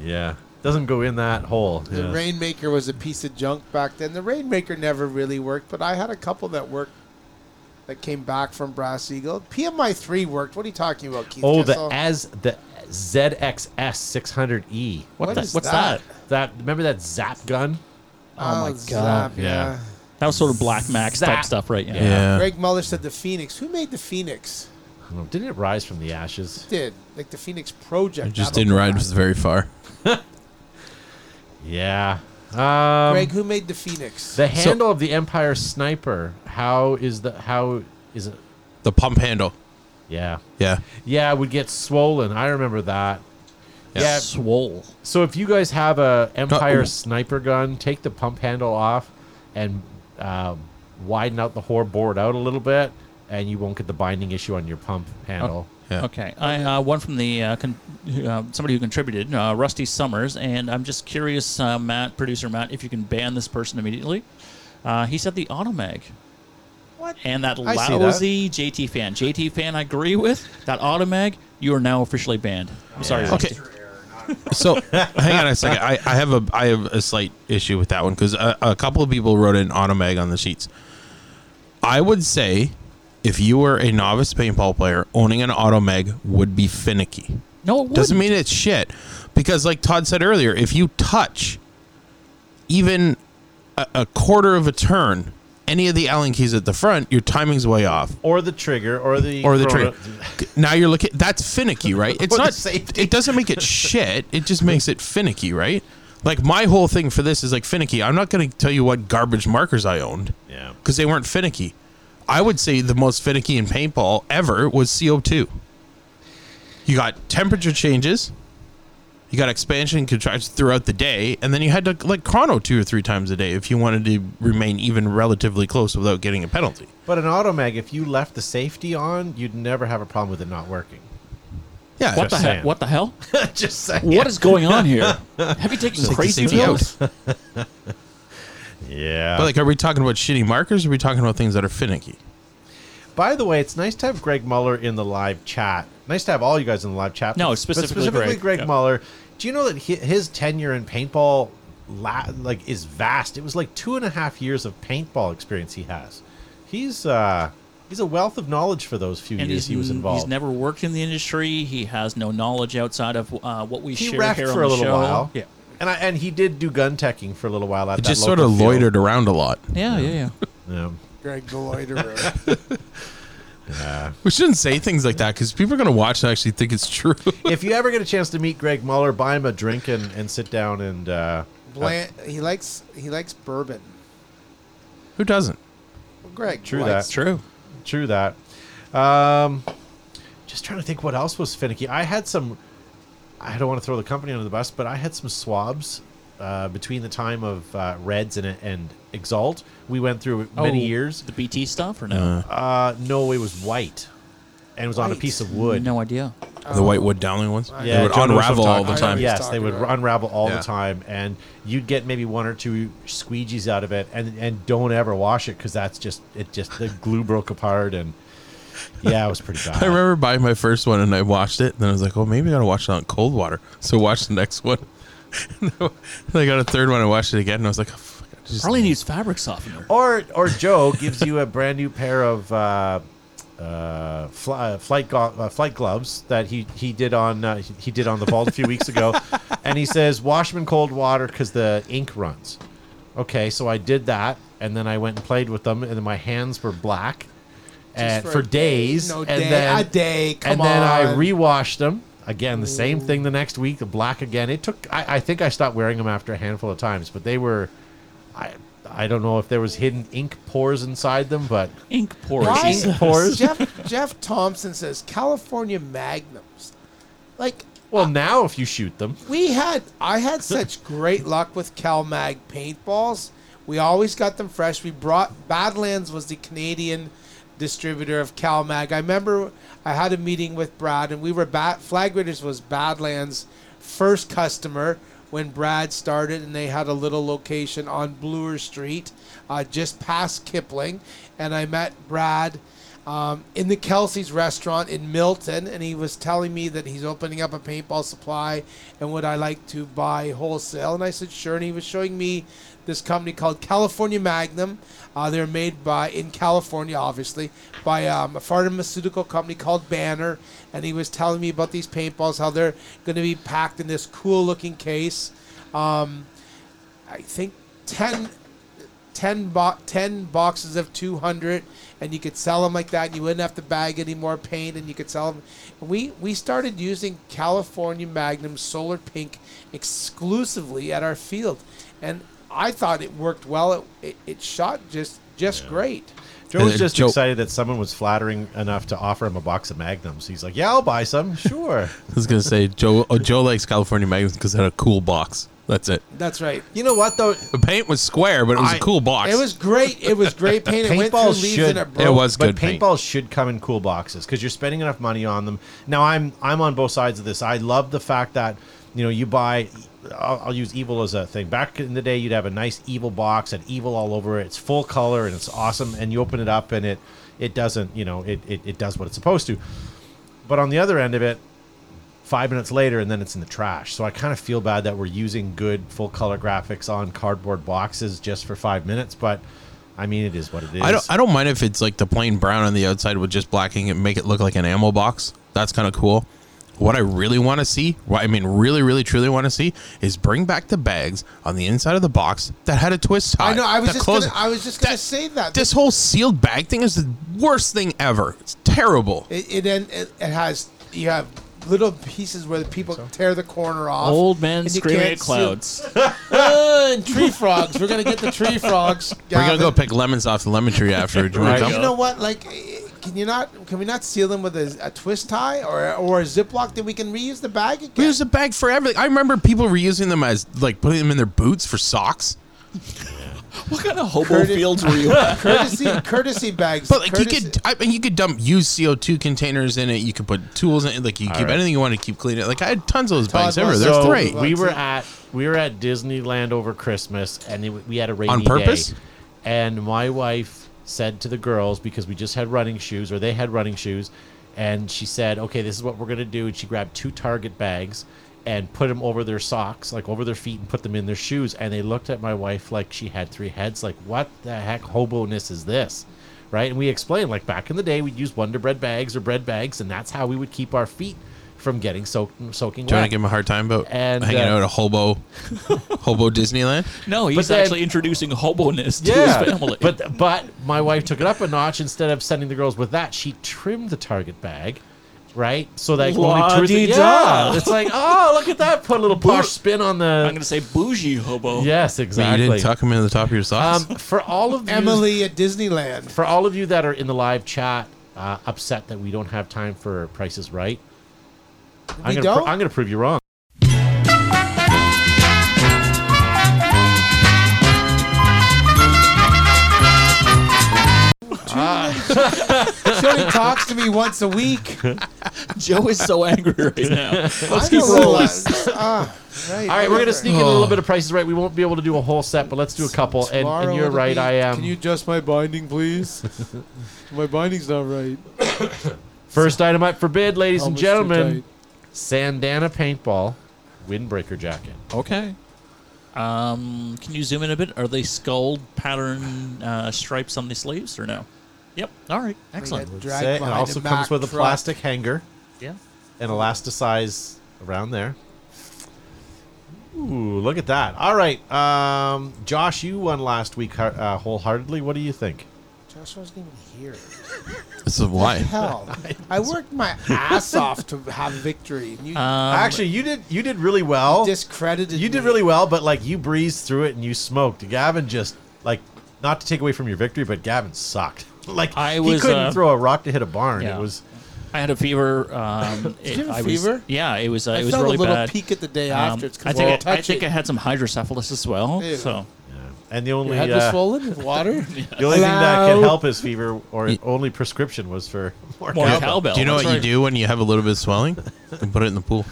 [SPEAKER 1] yeah, doesn't go in that hole.
[SPEAKER 9] The
[SPEAKER 1] Yeah.
[SPEAKER 9] Rainmaker was a piece of junk back then. The Rainmaker never really worked, but I had a couple that worked that came back from Brass Eagle. PMI 3 worked. What are you talking about, Keith?
[SPEAKER 1] oh, the
[SPEAKER 9] Kissel?
[SPEAKER 1] as the ZXS 600E.
[SPEAKER 9] What What the- is
[SPEAKER 4] what's that?
[SPEAKER 1] E. That remember that Zap gun?
[SPEAKER 9] Oh, my God. yeah.
[SPEAKER 4] That was sort of Black Max type
[SPEAKER 1] Zap.
[SPEAKER 4] stuff, right?
[SPEAKER 1] Yeah. Yeah.
[SPEAKER 9] Greg Muller said the Phoenix. Who made the Phoenix?
[SPEAKER 1] I don't know, Didn't it rise from the ashes?
[SPEAKER 9] Did like the Phoenix Project?
[SPEAKER 2] It just
[SPEAKER 9] not a-
[SPEAKER 2] didn't ride very far.
[SPEAKER 1] Yeah. Um,
[SPEAKER 9] Greg, who made the Phoenix?
[SPEAKER 1] The handle of the Empire Sniper. How is the how is it?
[SPEAKER 2] The pump handle.
[SPEAKER 1] Yeah,
[SPEAKER 2] Yeah.
[SPEAKER 1] yeah, would get swollen. I remember that. Yeah.
[SPEAKER 4] Swole.
[SPEAKER 1] So if you guys have a Empire
[SPEAKER 2] ooh.
[SPEAKER 1] Sniper gun, take the pump handle off and um, widen out the whore board out a little bit, and you won't get the binding issue on your pump handle.
[SPEAKER 2] Yeah.
[SPEAKER 4] Okay, I uh, one from the uh, con- uh, somebody who contributed, uh, Rusty Summers, and I'm just curious, uh, Matt, producer Matt, if you can ban this person immediately. Uh, he said the Automag.
[SPEAKER 9] What?
[SPEAKER 4] And that
[SPEAKER 9] I see that.
[SPEAKER 4] lousy JT fan. JT fan, I agree with that Automag. You are now officially banned. I'm sorry.
[SPEAKER 2] Okay.
[SPEAKER 4] Rusty.
[SPEAKER 2] So hang on a second. I, I have a I have a slight issue with that one because a, a couple of people wrote in Automag on the sheets. I would say if you were a novice paintball player, owning an Automag would be finicky.
[SPEAKER 4] No, it
[SPEAKER 2] Doesn't
[SPEAKER 4] wouldn't.
[SPEAKER 2] mean it's shit because, like Todd said earlier, if you touch even a, a quarter of a turn, any of the Allen keys at the front, your timing's way off.
[SPEAKER 1] Or the trigger, or the
[SPEAKER 2] or the
[SPEAKER 1] corona-
[SPEAKER 2] trigger. Now you're looking. That's finicky, right? It's
[SPEAKER 1] Or the
[SPEAKER 2] not.
[SPEAKER 1] safety.
[SPEAKER 2] It doesn't make it shit. It just makes it finicky, right? Like my whole thing for this is like finicky. I'm not going to tell you what garbage markers I owned.
[SPEAKER 1] Yeah.
[SPEAKER 2] Because they weren't finicky. I would say the most finicky in paintball ever was CO2. You got temperature changes. You got expansion and contraction throughout the day, and then you had to like chrono two or three times a day if you wanted to remain even relatively close without getting a penalty.
[SPEAKER 1] But an auto mag, if you left the safety on, you'd never have a problem with it not working.
[SPEAKER 2] Yeah,
[SPEAKER 4] What the
[SPEAKER 1] Just
[SPEAKER 4] hell?
[SPEAKER 1] saying.
[SPEAKER 4] What the hell?
[SPEAKER 1] Just saying.
[SPEAKER 4] What is going on here? Have you
[SPEAKER 2] Just
[SPEAKER 4] taken
[SPEAKER 2] take the
[SPEAKER 4] crazy
[SPEAKER 2] safety out.
[SPEAKER 4] pills?
[SPEAKER 1] Yeah.
[SPEAKER 2] But like, are we talking about shitty markers? Or are we talking about things that are finicky?
[SPEAKER 1] By the way, it's nice to have Greg Muller in the live chat. Nice to have all you guys in the live chat.
[SPEAKER 4] No,
[SPEAKER 1] but
[SPEAKER 4] specifically
[SPEAKER 1] specifically
[SPEAKER 4] Greg,
[SPEAKER 1] Greg
[SPEAKER 4] yeah.
[SPEAKER 1] Muller. Do you know that hi- his tenure in paintball la- like is vast? It was like two and a half years of paintball experience he has. He's uh, he's a wealth of knowledge for those few
[SPEAKER 4] And
[SPEAKER 1] years
[SPEAKER 4] he's,
[SPEAKER 1] he was involved.
[SPEAKER 4] he's never worked in the industry. He has no knowledge outside of uh, what we
[SPEAKER 1] he
[SPEAKER 4] share
[SPEAKER 1] reffed
[SPEAKER 4] here on
[SPEAKER 1] for a
[SPEAKER 4] the
[SPEAKER 1] little
[SPEAKER 4] show.
[SPEAKER 1] while.
[SPEAKER 4] Yeah.
[SPEAKER 1] and I, and he did do gun teching for a little while at
[SPEAKER 2] It
[SPEAKER 1] that
[SPEAKER 2] just sort
[SPEAKER 1] local
[SPEAKER 2] of
[SPEAKER 1] field.
[SPEAKER 2] loitered around a lot,
[SPEAKER 4] Yeah, yeah, yeah.
[SPEAKER 1] Yeah.
[SPEAKER 3] Greg the loiterer.
[SPEAKER 2] we shouldn't say things like that because people are going to watch and actually think it's true.
[SPEAKER 1] if you ever get a chance to meet Greg Muller, buy him a drink and, and sit down and uh,
[SPEAKER 3] Bland, he likes he likes bourbon.
[SPEAKER 2] Who doesn't?
[SPEAKER 3] Well, Greg,
[SPEAKER 1] True
[SPEAKER 3] likes-
[SPEAKER 1] that.
[SPEAKER 2] True.
[SPEAKER 1] True that. Um, just trying to think what else was finicky. I had some. I don't want to throw the company under the bus, but I had some swabs uh, between the time of uh, Reds and, and Exalt. We went through many
[SPEAKER 4] Oh,
[SPEAKER 1] years.
[SPEAKER 4] The BT stuff or no?
[SPEAKER 1] Uh, no, it was white, and it was on a
[SPEAKER 3] White.
[SPEAKER 1] piece of wood.
[SPEAKER 4] No idea.
[SPEAKER 2] The white wood Dowling ones.
[SPEAKER 1] Yeah,
[SPEAKER 2] they would
[SPEAKER 1] Joe knows what I'm
[SPEAKER 2] unravel all
[SPEAKER 1] talking
[SPEAKER 2] the
[SPEAKER 1] about.
[SPEAKER 2] time.
[SPEAKER 3] Yeah.
[SPEAKER 1] Yes, they would
[SPEAKER 3] talking about.
[SPEAKER 1] unravel all
[SPEAKER 2] Yeah.
[SPEAKER 1] the time, and you'd get maybe one or two squeegees out of it, and and don't ever wash it because that's just it. Just the glue broke apart, and yeah, it was pretty bad.
[SPEAKER 2] I remember buying my first one and I watched it. Then I was like, oh, maybe I got to watch it on cold water. So watch the next one. And I got a third one. I watched it again and I was like, oh, fuck, I just-
[SPEAKER 4] Probably needs fabric softener.
[SPEAKER 1] Or or Joe gives you a brand new pair of uh, uh, fl- uh, flight go- uh, flight gloves that he he did on uh, he he did on the vault a few weeks ago, and he says wash them in cold water because the ink runs. Okay, so I did that, and then I went and played with them, and then my hands were black. And
[SPEAKER 3] for
[SPEAKER 1] for,
[SPEAKER 3] a day.
[SPEAKER 1] days,
[SPEAKER 3] No
[SPEAKER 1] and
[SPEAKER 3] day.
[SPEAKER 1] then
[SPEAKER 3] A day, come
[SPEAKER 1] and then I
[SPEAKER 3] on.
[SPEAKER 1] rewashed them again. The same thing the next week, the black again. It took. I, I think I stopped wearing them after a handful of times, but they were. I I don't know if there was hidden ink pores inside them, but
[SPEAKER 4] Ink porous.
[SPEAKER 3] Why?
[SPEAKER 1] Ink pores.
[SPEAKER 3] Jeff Jeff Thompson says California magnums. Like
[SPEAKER 1] well, now if you shoot them,
[SPEAKER 3] we had I had such great luck with CalMag paintballs. We always got them fresh. We brought Badlands was the Canadian distributor of CalMag. I remember I had a meeting with Brad and we were bat Flag Raiders was Badlands first customer when Brad started and they had a little location on Bloor Street uh, just past Kipling and I met Brad um, in the Kelsey's restaurant in Milton, and he was telling me that he's opening up a paintball supply, and would I like to buy wholesale? And I said sure. And he was showing me this company called California Magnum. Uh, they're made by in California, obviously, by um, a pharmaceutical company called Banner. And he was telling me about these paintballs, how they're going to be packed in this cool-looking case. Um, I think 10, 10, bo- 10 boxes of 200 and you could sell them like that and you wouldn't have to bag any more paint and you could sell them we, we started using california magnum solar pink exclusively at our field and i thought it worked well it, it, it shot just just great
[SPEAKER 1] Joe was
[SPEAKER 2] Uh,
[SPEAKER 1] just
[SPEAKER 2] Joe-
[SPEAKER 1] excited that someone was flattering enough to offer him a box of magnums. He's like, "Yeah, I'll buy some. Sure."
[SPEAKER 2] I was going to say, Joe, oh, Joe likes California Magnums because it had a cool box. That's it.
[SPEAKER 3] that's right
[SPEAKER 1] you know what though?
[SPEAKER 2] The paint was square, but it was a
[SPEAKER 1] I-
[SPEAKER 2] cool box.
[SPEAKER 3] it was great it was great paint it went through
[SPEAKER 1] Paintballs
[SPEAKER 3] leaves
[SPEAKER 1] should.
[SPEAKER 3] and it broke
[SPEAKER 2] It was
[SPEAKER 1] but
[SPEAKER 2] good paint.
[SPEAKER 1] paintballs should come in cool boxes because you're spending enough money on them. Now I'm I'm on both sides of this. I love the fact that you know you buy. I'll, I'll use evil as a thing. Back in the day, you'd have a nice evil box and evil all over it. It's full color and it's awesome. And you open it up and it it doesn't you know it it, it does what it's supposed to. But on the other end of it, five minutes later and then it's in the trash. So I kind of feel bad that we're using good full color graphics on cardboard boxes just for five minutes. But I mean, it is what it is.
[SPEAKER 2] I don't. I don't mind if it's like the plain brown on the outside with just blacking it, make it look like an ammo box. That's kind of cool. What I really want to see, what I mean, really, really, truly want to see, is bring back the bags on the inside of the box that had a twist tie.
[SPEAKER 9] I know. I was
[SPEAKER 2] that
[SPEAKER 9] just.
[SPEAKER 2] closed-
[SPEAKER 9] Gonna, I was just gonna say that.
[SPEAKER 2] this whole sealed bag thing is the worst thing ever. It's terrible.
[SPEAKER 9] It it, then it, it has you have little pieces where the people tear the corner off.
[SPEAKER 4] Old men
[SPEAKER 9] and you
[SPEAKER 4] screaming
[SPEAKER 9] can't
[SPEAKER 4] at
[SPEAKER 9] see-
[SPEAKER 4] clouds.
[SPEAKER 9] Ah,
[SPEAKER 3] uh,
[SPEAKER 9] and tree frogs. We're gonna get the tree frogs.
[SPEAKER 2] We're gonna
[SPEAKER 9] Gavin.
[SPEAKER 2] go pick lemons off the lemon tree after. Do you wanna
[SPEAKER 4] Right.
[SPEAKER 2] come?
[SPEAKER 9] You know what? Like, eh, can you not? Can we not seal them with a, a twist tie or or a ziploc? Then we can reuse the bag again.
[SPEAKER 2] We use a bag for everything. I remember people reusing them as like putting them in their boots for socks.
[SPEAKER 4] what kind of hobo
[SPEAKER 9] Curtis-
[SPEAKER 4] fields were you at?
[SPEAKER 9] courtesy courtesy bags.
[SPEAKER 2] But like
[SPEAKER 9] courtesy,
[SPEAKER 2] you could, I mean, you could dump used CO two containers in it. You could put tools in it. Like you keep anything you want to keep clean. It. Like I had tons of those bags ever.
[SPEAKER 9] was
[SPEAKER 2] They're
[SPEAKER 1] so
[SPEAKER 2] great.
[SPEAKER 1] We were at we were at Disneyland over Christmas, and it, we had a rainy
[SPEAKER 2] On purpose?
[SPEAKER 1] day. And my wife said to the girls because we just had running shoes, or they had running shoes, and she said, "Okay, this is what we're gonna do." And she grabbed two Target bags and put them over their socks, like over their feet, and put them in their shoes. And they looked at my wife like she had three heads. Like, what the heck hobo-ness is this? Right, and we explained like back in the day we'd use Wonder Bread bags or bread bags, and that's how we would keep our feet from getting soaked, soaking
[SPEAKER 2] Trying to
[SPEAKER 1] wet.
[SPEAKER 2] give him a hard time about
[SPEAKER 1] And,
[SPEAKER 2] hanging
[SPEAKER 1] uh,
[SPEAKER 2] out at a hobo, hobo Disneyland.
[SPEAKER 4] No, he's
[SPEAKER 1] then-
[SPEAKER 4] actually introducing hoboness to his family.
[SPEAKER 1] But but my wife took it up a notch. Instead of sending the girls with that, she trimmed the target bag, right? So that only two or three.
[SPEAKER 4] La-di-da.
[SPEAKER 1] Yeah, it's like oh look at that, put a little posh spin on
[SPEAKER 4] I'm
[SPEAKER 1] the.
[SPEAKER 4] gonna say bougie hobo.
[SPEAKER 1] Yes,
[SPEAKER 2] Man,
[SPEAKER 1] exactly.
[SPEAKER 2] you didn't tuck him in the top of your socks.
[SPEAKER 1] um, for all of you,
[SPEAKER 9] Emily at Disneyland.
[SPEAKER 1] for all of you that are in the live chat, uh, upset that we don't have time for prices right. I'm
[SPEAKER 9] We
[SPEAKER 1] gonna
[SPEAKER 9] don't?
[SPEAKER 1] I'm gonna prove you wrong.
[SPEAKER 9] She only talks to me once a week.
[SPEAKER 4] Joe is so angry right now.
[SPEAKER 9] Let's
[SPEAKER 4] keep rolling.
[SPEAKER 9] ah, right.
[SPEAKER 1] All right, we're gonna sneak in a
[SPEAKER 2] Oh.
[SPEAKER 1] little bit of prices right. We won't be able to do a whole set, but let's do a couple. And,
[SPEAKER 9] Tomorrow
[SPEAKER 1] and you're
[SPEAKER 9] it'll
[SPEAKER 1] right,
[SPEAKER 9] be-
[SPEAKER 1] I am.
[SPEAKER 9] Can you adjust my binding, please? my binding's not right.
[SPEAKER 1] First item up for bid, ladies and
[SPEAKER 9] Almost too
[SPEAKER 1] gentlemen.
[SPEAKER 9] tight.
[SPEAKER 1] Sandana paintball windbreaker jacket.
[SPEAKER 2] okay.
[SPEAKER 4] Um, can you zoom in a bit? Are they skull pattern uh, stripes on the sleeves or no? Yep. All right. Excellent.
[SPEAKER 9] Got dragged
[SPEAKER 1] Say, it
[SPEAKER 9] behind
[SPEAKER 1] also
[SPEAKER 9] a
[SPEAKER 1] comes
[SPEAKER 9] Mack
[SPEAKER 1] with a
[SPEAKER 9] truck.
[SPEAKER 1] plastic hanger
[SPEAKER 4] Yeah.
[SPEAKER 1] and elasticize around there. Ooh, look at that! All right, um, Josh, you won last week har- uh, wholeheartedly. What do you think?
[SPEAKER 9] Josh wasn't even here.
[SPEAKER 2] This is why.
[SPEAKER 9] Hell, I worked my ass off to have victory. and You
[SPEAKER 1] Actually, you did. You did really well.
[SPEAKER 9] Um, discredited.
[SPEAKER 1] Uh, You did
[SPEAKER 9] me.
[SPEAKER 1] really well, but like you breezed through it and you smoked. Gavin just like not to take away from your victory, but Gavin sucked. Like
[SPEAKER 4] I
[SPEAKER 1] he
[SPEAKER 4] was,
[SPEAKER 1] couldn't
[SPEAKER 4] uh,
[SPEAKER 1] throw a rock to hit a barn.
[SPEAKER 4] yeah.
[SPEAKER 1] It was
[SPEAKER 4] I had a fever. Um, it,
[SPEAKER 9] you have a
[SPEAKER 4] I was-
[SPEAKER 9] fever?
[SPEAKER 4] yeah, it was. Uh,
[SPEAKER 9] I
[SPEAKER 4] it was
[SPEAKER 9] felt
[SPEAKER 4] really
[SPEAKER 9] a little
[SPEAKER 4] bad.
[SPEAKER 9] peak at the day
[SPEAKER 4] Um,
[SPEAKER 9] after. It's 'cause
[SPEAKER 4] I
[SPEAKER 9] we're all
[SPEAKER 4] think I, I
[SPEAKER 9] touchy.
[SPEAKER 4] think I had some hydrocephalus as well.
[SPEAKER 9] Ew.
[SPEAKER 4] So
[SPEAKER 1] And the only
[SPEAKER 9] Your head
[SPEAKER 1] uh,
[SPEAKER 9] was swollen with water.
[SPEAKER 1] the only thing that could
[SPEAKER 9] Hello?
[SPEAKER 1] help his fever or only prescription was for more,
[SPEAKER 4] more
[SPEAKER 1] cowbell.
[SPEAKER 4] cowbell.
[SPEAKER 2] Do you know
[SPEAKER 4] that's
[SPEAKER 2] what you
[SPEAKER 4] right.
[SPEAKER 2] do when you have a little bit of swelling? And put it in the pool.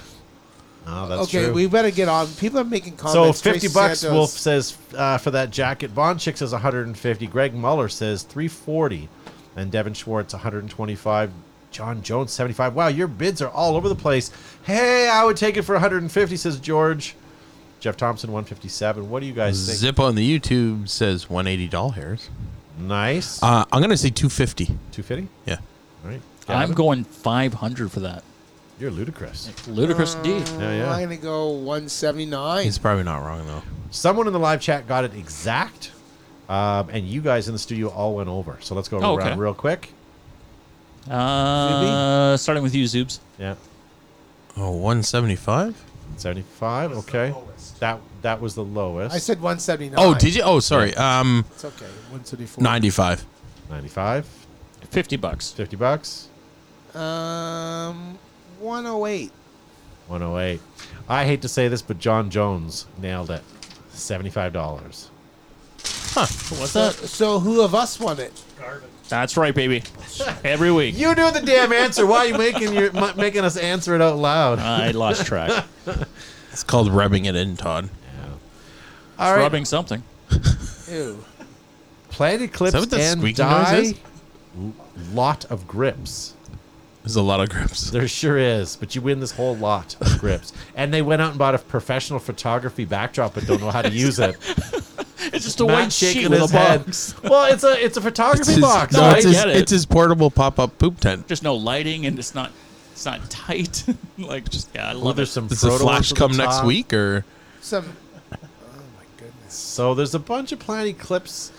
[SPEAKER 1] Oh, that's
[SPEAKER 9] okay,
[SPEAKER 1] true.
[SPEAKER 9] we better get on. People are making
[SPEAKER 1] so
[SPEAKER 9] comments.
[SPEAKER 1] fifty
[SPEAKER 9] Tracy
[SPEAKER 1] bucks.
[SPEAKER 9] Santos-
[SPEAKER 1] Wolf says uh, for that jacket. Von Chick says one hundred and fifty. Greg Muller says three forty, and Devin Schwartz one hundred and twenty-five. John Jones seventy five. Wow, your bids are all over the place. Hey, I would take it for one hundred and fifty. Says George. Jeff Thompson one fifty seven. What do you guys think?
[SPEAKER 2] Zip on the YouTube says 180 doll hairs.
[SPEAKER 1] Nice
[SPEAKER 2] Uh, I'm gonna say 250.
[SPEAKER 1] two fifty.
[SPEAKER 2] Yeah.
[SPEAKER 1] All right,
[SPEAKER 4] I'm
[SPEAKER 1] Gavin,
[SPEAKER 4] going 500 for that.
[SPEAKER 1] You're ludicrous.
[SPEAKER 4] Ludicrous indeed.
[SPEAKER 1] Yeah, yeah.
[SPEAKER 9] I'm gonna go 179.
[SPEAKER 2] He's probably not wrong though.
[SPEAKER 1] Someone in the live chat got it exact, um, and you guys in the studio all went over. So let's go
[SPEAKER 4] Oh,
[SPEAKER 1] around
[SPEAKER 4] okay.
[SPEAKER 1] real quick.
[SPEAKER 4] Uh, starting with you, Zoobs.
[SPEAKER 1] Yeah,
[SPEAKER 2] Oh, 175.
[SPEAKER 1] seventy-five. Okay, that that was the lowest.
[SPEAKER 9] I said 179.
[SPEAKER 2] Oh, did you? Oh, sorry. Um,
[SPEAKER 9] It's okay. 174.
[SPEAKER 2] 95.
[SPEAKER 1] ninety-five.
[SPEAKER 4] 50 bucks.
[SPEAKER 1] Fifty bucks.
[SPEAKER 9] Um, 108.
[SPEAKER 1] One hundred eight. I hate to say this, but John Jones nailed it. Seventy-five dollars.
[SPEAKER 4] What's
[SPEAKER 9] So,
[SPEAKER 4] that?
[SPEAKER 9] so who of us won it?
[SPEAKER 4] That's right, baby. Every week.
[SPEAKER 1] You knew the damn answer. Why are you making your m- making us answer it out loud?
[SPEAKER 2] Uh,
[SPEAKER 4] I lost track. It's
[SPEAKER 2] It's called rubbing it in, Todd.
[SPEAKER 1] all right,
[SPEAKER 4] rubbing something.
[SPEAKER 9] Ew.
[SPEAKER 1] Planet Eclipse
[SPEAKER 2] Is that what the
[SPEAKER 1] and
[SPEAKER 2] squeaky noise
[SPEAKER 1] die.
[SPEAKER 2] is?
[SPEAKER 1] Lot of grips.
[SPEAKER 2] There's a lot of grips.
[SPEAKER 1] There sure is, but you win this whole lot of grips. and they went out and bought a professional photography backdrop, but don't know how to use it.
[SPEAKER 4] It's just a
[SPEAKER 1] Matt
[SPEAKER 4] white sheet with a box.
[SPEAKER 1] Well, it's a it's a photography box.
[SPEAKER 4] no,
[SPEAKER 1] right?
[SPEAKER 2] it's,
[SPEAKER 4] I
[SPEAKER 2] his,
[SPEAKER 4] get it.
[SPEAKER 2] it's his portable pop up poop tent.
[SPEAKER 4] Just no lighting, and it's not It's not tight. like just yeah, I love
[SPEAKER 1] there's
[SPEAKER 4] it.
[SPEAKER 1] some
[SPEAKER 2] Does the
[SPEAKER 1] Frodo
[SPEAKER 2] Flash
[SPEAKER 1] over the
[SPEAKER 2] come next
[SPEAKER 1] top.
[SPEAKER 2] week or?
[SPEAKER 3] Some
[SPEAKER 1] So there's a bunch of Planet Eclipse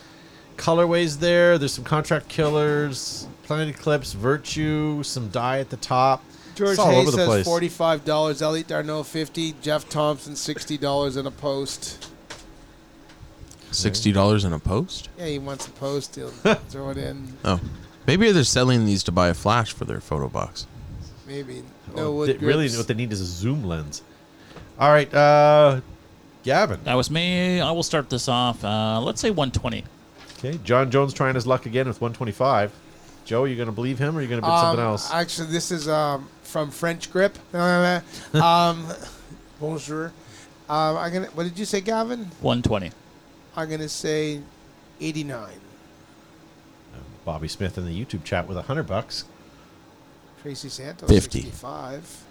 [SPEAKER 1] colorways there. There's some Contract Killers, Planet Eclipse, Virtue, some dye at the top.
[SPEAKER 9] George
[SPEAKER 1] it's all
[SPEAKER 9] Hayes
[SPEAKER 1] over the
[SPEAKER 9] says
[SPEAKER 1] place.
[SPEAKER 9] forty-five dollars. Elliot Darno fifty. Jeff Thompson sixty dollars in a post.
[SPEAKER 2] Sixty dollars in a post?
[SPEAKER 9] Yeah, he wants a post. He'll throw it in.
[SPEAKER 2] Oh, maybe they're selling these to buy a flash for their photo box.
[SPEAKER 9] Maybe no
[SPEAKER 1] Oh,
[SPEAKER 9] wood.
[SPEAKER 1] they- really,
[SPEAKER 9] grips.
[SPEAKER 1] what they need is a zoom lens. All right, uh, Gavin.
[SPEAKER 4] That was me. I will start this off. Uh, let's say 120.
[SPEAKER 1] Okay, John Jones trying his luck again with 125. Joe, are you going to believe him or are you going to bid something
[SPEAKER 9] Um,
[SPEAKER 1] else?
[SPEAKER 9] Actually, this is um, from French Grip. um, bonjour. Um, I'm gonna. What did you say, Gavin?
[SPEAKER 4] 120.
[SPEAKER 9] I'm gonna say eighty-nine.
[SPEAKER 1] Bobby Smith in the YouTube chat with 100 bucks.
[SPEAKER 9] Tracy Santos
[SPEAKER 2] 50.
[SPEAKER 9] 65.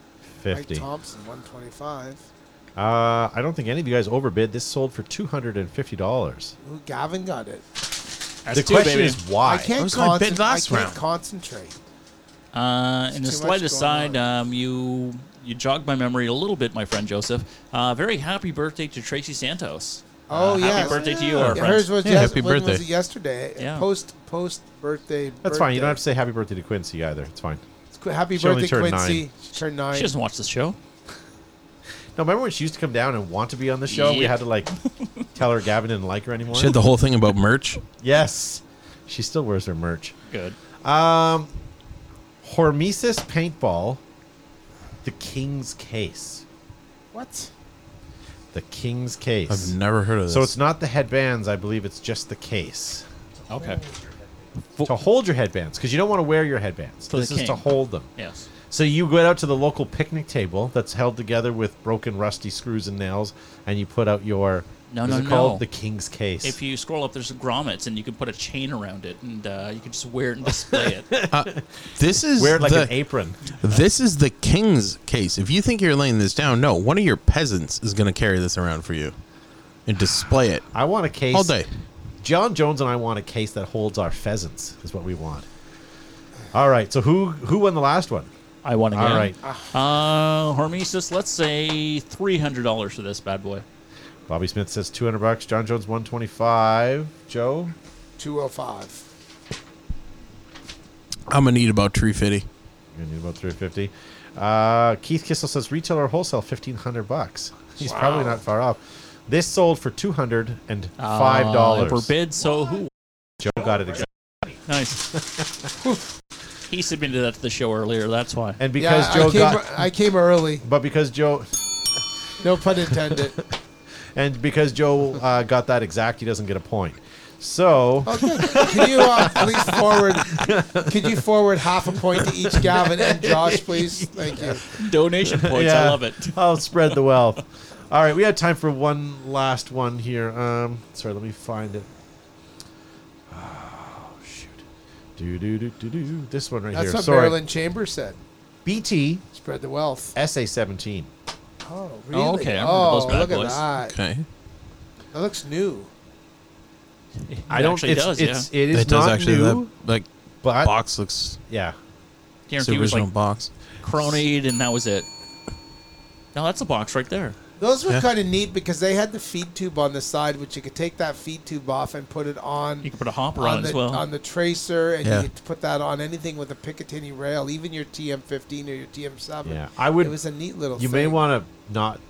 [SPEAKER 9] Mike
[SPEAKER 1] 50. Uh,
[SPEAKER 9] Thompson 125.
[SPEAKER 1] I don't think any of you guys overbid. This sold for $250.
[SPEAKER 9] Ooh, Gavin got it.
[SPEAKER 4] That's
[SPEAKER 1] the
[SPEAKER 4] two,
[SPEAKER 1] question
[SPEAKER 4] baby.
[SPEAKER 1] is why?
[SPEAKER 9] I can't,
[SPEAKER 2] was my bid
[SPEAKER 9] concen-
[SPEAKER 2] last
[SPEAKER 9] I can't
[SPEAKER 2] round.
[SPEAKER 9] concentrate.
[SPEAKER 4] Uh, and
[SPEAKER 9] too
[SPEAKER 4] a
[SPEAKER 9] much
[SPEAKER 4] slight
[SPEAKER 9] going
[SPEAKER 4] aside,
[SPEAKER 9] on.
[SPEAKER 4] um, you you jogged my memory a little bit, my friend Joseph. Uh, very happy birthday to Tracy Santos.
[SPEAKER 9] Oh,
[SPEAKER 4] uh,
[SPEAKER 9] yes.
[SPEAKER 4] Happy birthday to you, our
[SPEAKER 9] Yeah,
[SPEAKER 4] friend.
[SPEAKER 9] hers was
[SPEAKER 2] Yeah,
[SPEAKER 9] yes-
[SPEAKER 2] happy
[SPEAKER 9] when was
[SPEAKER 2] birthday.
[SPEAKER 9] it yesterday.
[SPEAKER 4] Yeah.
[SPEAKER 9] Post post birthday.
[SPEAKER 1] That's fine. You don't have to say happy birthday to Quincy either. It's fine.
[SPEAKER 9] Happy
[SPEAKER 1] She only
[SPEAKER 9] birthday,
[SPEAKER 1] turned
[SPEAKER 9] Quincy.
[SPEAKER 1] nine.
[SPEAKER 9] She turned nine.
[SPEAKER 4] she doesn't watch the show.
[SPEAKER 1] No, remember when she used to come down and want to be on the show? We
[SPEAKER 4] Yeah.
[SPEAKER 1] had to like tell her Gavin didn't like her anymore.
[SPEAKER 2] She had the whole thing about merch.
[SPEAKER 1] yes, she still wears her merch.
[SPEAKER 4] Good.
[SPEAKER 1] Um, Hormesis paintball, the King's case,
[SPEAKER 9] what?
[SPEAKER 1] the King's case.
[SPEAKER 2] I've never heard of this.
[SPEAKER 1] so it's not the headbands. I believe it's just the case
[SPEAKER 4] Okay.
[SPEAKER 1] to hold your headbands because you don't want to wear your headbands.
[SPEAKER 4] For the
[SPEAKER 1] this is to
[SPEAKER 4] king.
[SPEAKER 1] hold them.
[SPEAKER 4] Yes.
[SPEAKER 1] So you go out to the local picnic table that's held together with broken, rusty screws and nails, and you put out your
[SPEAKER 4] No,
[SPEAKER 1] what
[SPEAKER 4] no,
[SPEAKER 1] is it called
[SPEAKER 4] no.
[SPEAKER 1] the King's case.
[SPEAKER 4] If you scroll up, there's grommets, and you can put a chain around it, and uh, you can just wear it and display it.
[SPEAKER 2] this is
[SPEAKER 1] Wear it like
[SPEAKER 2] the,
[SPEAKER 1] an apron.
[SPEAKER 2] This is the king's case. If you think you're laying this down, no, one of your peasants is going to carry this around for you and display it
[SPEAKER 1] I want a case
[SPEAKER 2] all day.
[SPEAKER 1] John Jones and I want a case that holds our pheasants. Is what we want. All right. So who who won the last one?
[SPEAKER 4] I want to
[SPEAKER 1] All right.
[SPEAKER 4] Uh, Hormesis, let's say three hundred dollars for this bad boy.
[SPEAKER 1] Bobby Smith says two hundred bucks. John Jones one twenty five. Joe
[SPEAKER 9] 205.
[SPEAKER 2] I'm going to need about tree fitty.
[SPEAKER 1] you need about three fifty. Uh, Keith Kissel says retail or wholesale fifteen hundred bucks. He's probably not far off. This sold for two hundred and five
[SPEAKER 4] Uh,
[SPEAKER 1] dollars.
[SPEAKER 4] forbid. So who?
[SPEAKER 1] Joe got it exactly.
[SPEAKER 4] Nice. he submitted that to the show earlier. That's why.
[SPEAKER 1] And because
[SPEAKER 9] yeah, I
[SPEAKER 1] Joe
[SPEAKER 9] came, e,
[SPEAKER 1] got,
[SPEAKER 9] I came early.
[SPEAKER 1] but because Joe
[SPEAKER 9] No pun intended.
[SPEAKER 1] and because Joe uh, got that exact, he doesn't get a point. So
[SPEAKER 9] Okay. Can you uh, please forward? Could you forward half a point to each Gavin and Josh, please? Thank you.
[SPEAKER 4] Donation points. I
[SPEAKER 1] Yeah.
[SPEAKER 4] love it.
[SPEAKER 1] I'll spread the wealth. All right, we have time for one last one here. Um, sorry, let me find it. Oh shoot! Do do do do do. This one right
[SPEAKER 9] That's
[SPEAKER 1] here.
[SPEAKER 9] what
[SPEAKER 1] sorry,
[SPEAKER 9] Marilyn Chambers said.
[SPEAKER 1] BT
[SPEAKER 9] Spread the wealth.
[SPEAKER 1] SA seventeen.
[SPEAKER 9] Oh, really?
[SPEAKER 4] Oh, okay. I remember
[SPEAKER 9] oh,
[SPEAKER 4] those bad
[SPEAKER 9] look
[SPEAKER 4] boys.
[SPEAKER 9] at that.
[SPEAKER 2] Okay.
[SPEAKER 9] That looks new.
[SPEAKER 4] It
[SPEAKER 1] I don't.
[SPEAKER 4] actually
[SPEAKER 1] it's,
[SPEAKER 4] does.
[SPEAKER 1] It's,
[SPEAKER 4] yeah.
[SPEAKER 1] It is
[SPEAKER 2] That
[SPEAKER 1] not
[SPEAKER 2] does actually.
[SPEAKER 1] new,
[SPEAKER 2] That like
[SPEAKER 1] but
[SPEAKER 2] box looks.
[SPEAKER 1] yeah.
[SPEAKER 2] It's
[SPEAKER 4] Guarantee
[SPEAKER 2] the
[SPEAKER 4] it was
[SPEAKER 2] original
[SPEAKER 4] like
[SPEAKER 2] box.
[SPEAKER 4] cronied, and that was it. No, that's a box right there.
[SPEAKER 9] Those were
[SPEAKER 2] Yeah.
[SPEAKER 9] kind of neat because they had the feed tube on the side, which you could take that feed tube off and put it on
[SPEAKER 4] You can put a hopper on,
[SPEAKER 9] on
[SPEAKER 4] it as
[SPEAKER 9] the,
[SPEAKER 4] well.
[SPEAKER 9] on the tracer, and
[SPEAKER 2] Yeah.
[SPEAKER 9] you could put that on anything with a Picatinny rail, even your TM15 or your TM7.
[SPEAKER 1] Yeah, I would-
[SPEAKER 9] It was a neat little.
[SPEAKER 1] You
[SPEAKER 9] thing.
[SPEAKER 1] may want to not.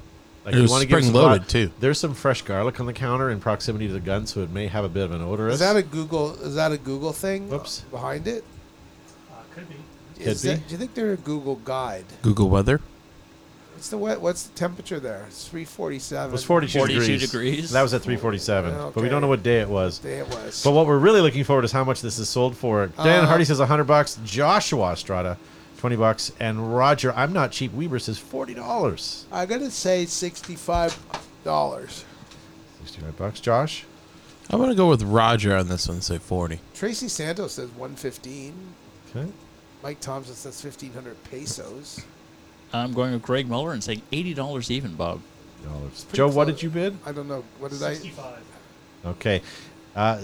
[SPEAKER 1] Like
[SPEAKER 2] It
[SPEAKER 1] you
[SPEAKER 2] was
[SPEAKER 1] want to give some
[SPEAKER 2] spring-loaded,
[SPEAKER 1] thought.
[SPEAKER 2] too.
[SPEAKER 1] There's some fresh garlic on the counter in proximity to the gun, so it may have a bit of an odor.
[SPEAKER 9] Is that a Google? Is that a Google thing?
[SPEAKER 1] Whoops.
[SPEAKER 9] Behind it?
[SPEAKER 1] Could
[SPEAKER 9] Is
[SPEAKER 1] be.
[SPEAKER 9] that- do you think they're a Google guide?
[SPEAKER 2] Google weather.
[SPEAKER 9] What's the wet? What's the temperature there? It's 347.
[SPEAKER 1] It was 42,
[SPEAKER 4] 42
[SPEAKER 1] degrees.
[SPEAKER 4] degrees.
[SPEAKER 1] That was at 347, but we
[SPEAKER 9] Okay.
[SPEAKER 1] don't know what day it was.
[SPEAKER 9] Day it was.
[SPEAKER 1] But what we're really looking forward is how much this is sold for. Dan
[SPEAKER 9] Uh,
[SPEAKER 1] Hardy says 100 bucks, Joshua Estrada 20 bucks, and Roger I'm not cheap Weber says $40.
[SPEAKER 9] I gotta say sixty-five dollars.
[SPEAKER 1] 65 bucks, Josh.
[SPEAKER 2] I'm going to go with Roger on this one. Say forty.
[SPEAKER 9] Tracy Santos says one fifteen.
[SPEAKER 1] Okay.
[SPEAKER 9] Mike Thompson says fifteen hundred pesos.
[SPEAKER 4] I'm going with Greg Muller and saying eighty dollars even, Bob.
[SPEAKER 1] Dollars. Joe, what did you bid?
[SPEAKER 9] I don't know. What did I?
[SPEAKER 1] Okay. Uh,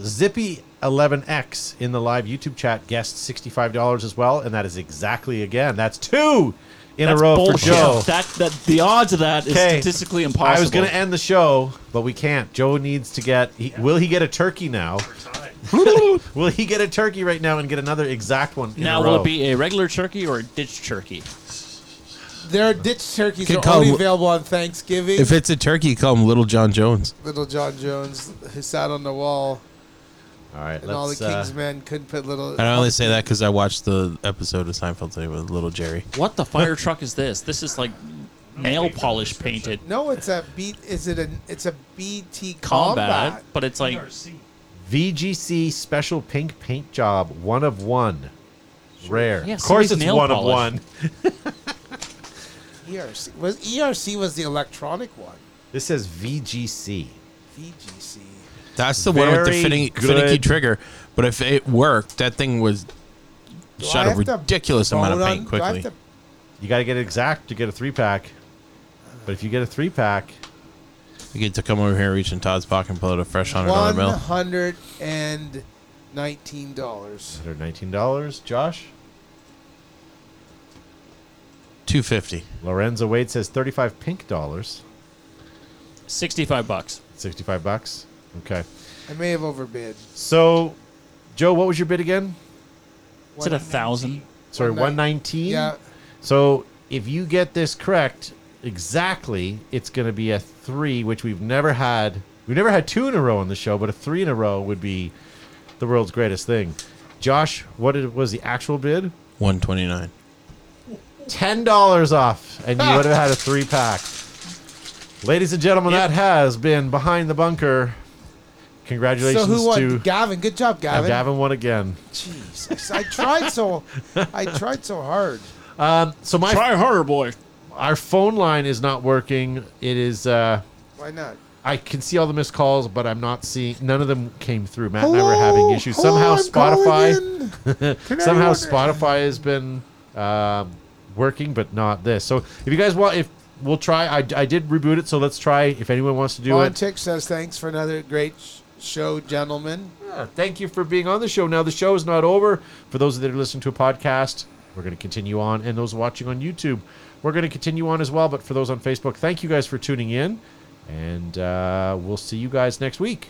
[SPEAKER 1] Zippy11X in the live YouTube chat guessed $65 as well, and that is exactly again. That's two in
[SPEAKER 4] That's
[SPEAKER 1] a row
[SPEAKER 4] bullshit.
[SPEAKER 1] for Joe.
[SPEAKER 4] That, that, the odds of that is
[SPEAKER 1] Okay.
[SPEAKER 4] statistically impossible.
[SPEAKER 1] I was going to end the show, but we can't. Joe needs to get. He, Will he get a turkey now? will he get a turkey right now and get another exact one? in
[SPEAKER 4] Now,
[SPEAKER 1] a
[SPEAKER 4] will
[SPEAKER 1] row?
[SPEAKER 4] it be a regular turkey or a ditch turkey?
[SPEAKER 9] Their ditch turkeys
[SPEAKER 2] Could
[SPEAKER 9] are
[SPEAKER 2] call
[SPEAKER 9] only
[SPEAKER 2] him-
[SPEAKER 9] available on Thanksgiving.
[SPEAKER 2] If it's a turkey, call him Little John Jones.
[SPEAKER 9] Little John Jones who sat on the wall,
[SPEAKER 1] All right,
[SPEAKER 9] and all the
[SPEAKER 1] let's.
[SPEAKER 9] king's
[SPEAKER 1] uh,
[SPEAKER 9] men couldn't put little.
[SPEAKER 2] I only say that because I watched the episode of Seinfeld today with Little Jerry.
[SPEAKER 4] What the fire truck is this? This is like nail polish painted
[SPEAKER 9] No, it's a beat. Is it a? It's a BT
[SPEAKER 4] combat,
[SPEAKER 9] combat.
[SPEAKER 4] but it's like
[SPEAKER 1] VGC special pink paint job, one of one. Rare.
[SPEAKER 4] Yeah,
[SPEAKER 1] of course,
[SPEAKER 4] somebody's
[SPEAKER 1] it's
[SPEAKER 4] nail
[SPEAKER 1] one of
[SPEAKER 4] polish.
[SPEAKER 1] one.
[SPEAKER 9] ERC E was ERC was the electronic one.
[SPEAKER 1] This says VGC.
[SPEAKER 9] VGC.
[SPEAKER 2] That's the one with the
[SPEAKER 1] Very
[SPEAKER 2] fitting,
[SPEAKER 1] good.
[SPEAKER 2] finicky trigger. But if it worked, that thing was
[SPEAKER 9] Do
[SPEAKER 2] shot
[SPEAKER 9] I
[SPEAKER 2] a
[SPEAKER 9] have to
[SPEAKER 2] ridiculous amount
[SPEAKER 9] vote
[SPEAKER 2] of
[SPEAKER 9] on-
[SPEAKER 2] paint
[SPEAKER 9] do I have
[SPEAKER 2] quickly.
[SPEAKER 9] to-
[SPEAKER 1] You got to get it exact to get a three pack. But if you get a three pack,
[SPEAKER 2] You get to come over here, reach in Todd's pocket, and pull out a fresh hundred dollar
[SPEAKER 9] One
[SPEAKER 2] bill.
[SPEAKER 9] hundred and nineteen dollars.
[SPEAKER 1] they're nineteen dollars. Josh
[SPEAKER 2] Two fifty.
[SPEAKER 1] Lorenzo Wade says thirty-five pink dollars,
[SPEAKER 4] 65 bucks.
[SPEAKER 1] sixty-five bucks. Okay,
[SPEAKER 9] I may have overbid.
[SPEAKER 1] so Joe, what was your bid again?
[SPEAKER 4] Is it a thousand?
[SPEAKER 1] Sorry,
[SPEAKER 9] One
[SPEAKER 1] one nineteen.
[SPEAKER 9] Yeah,
[SPEAKER 1] So if you get this correct exactly, it's going to be a three, which we've never had. We've never had two in a row on the show, but a three in a row would be the world's greatest thing. Josh, what did, was the actual bid?
[SPEAKER 2] One twenty nine.
[SPEAKER 1] Ten dollars off, and you would have had a three pack. Ladies and gentlemen, that has been behind the bunker. Congratulations
[SPEAKER 9] So who won?
[SPEAKER 1] to
[SPEAKER 9] Gavin. Good job, Gavin.
[SPEAKER 1] Gavin won again.
[SPEAKER 9] Jesus, I tried so, I tried so hard.
[SPEAKER 1] So my
[SPEAKER 4] Try harder, boy.
[SPEAKER 1] our phone line is not working. It is. Uh,
[SPEAKER 9] Why not?
[SPEAKER 1] I can see all the missed calls, but I'm not seeing none of them came through. Matt and I were having issues. Somehow Spotify, somehow Spotify has been um, working, but not this. So if you guys want, if we'll try, I, I did reboot it. So let's try. If anyone wants to do it,
[SPEAKER 9] Bontic says thanks for another great sh- show, gentlemen.
[SPEAKER 1] Yeah, thank you for being on the show. Now the show is not over. For those that are listening to a podcast, we're going to continue on, and those watching on YouTube, we're going to continue on as well. But for those on Facebook, thank you guys for tuning in, and uh, we'll see you guys next week.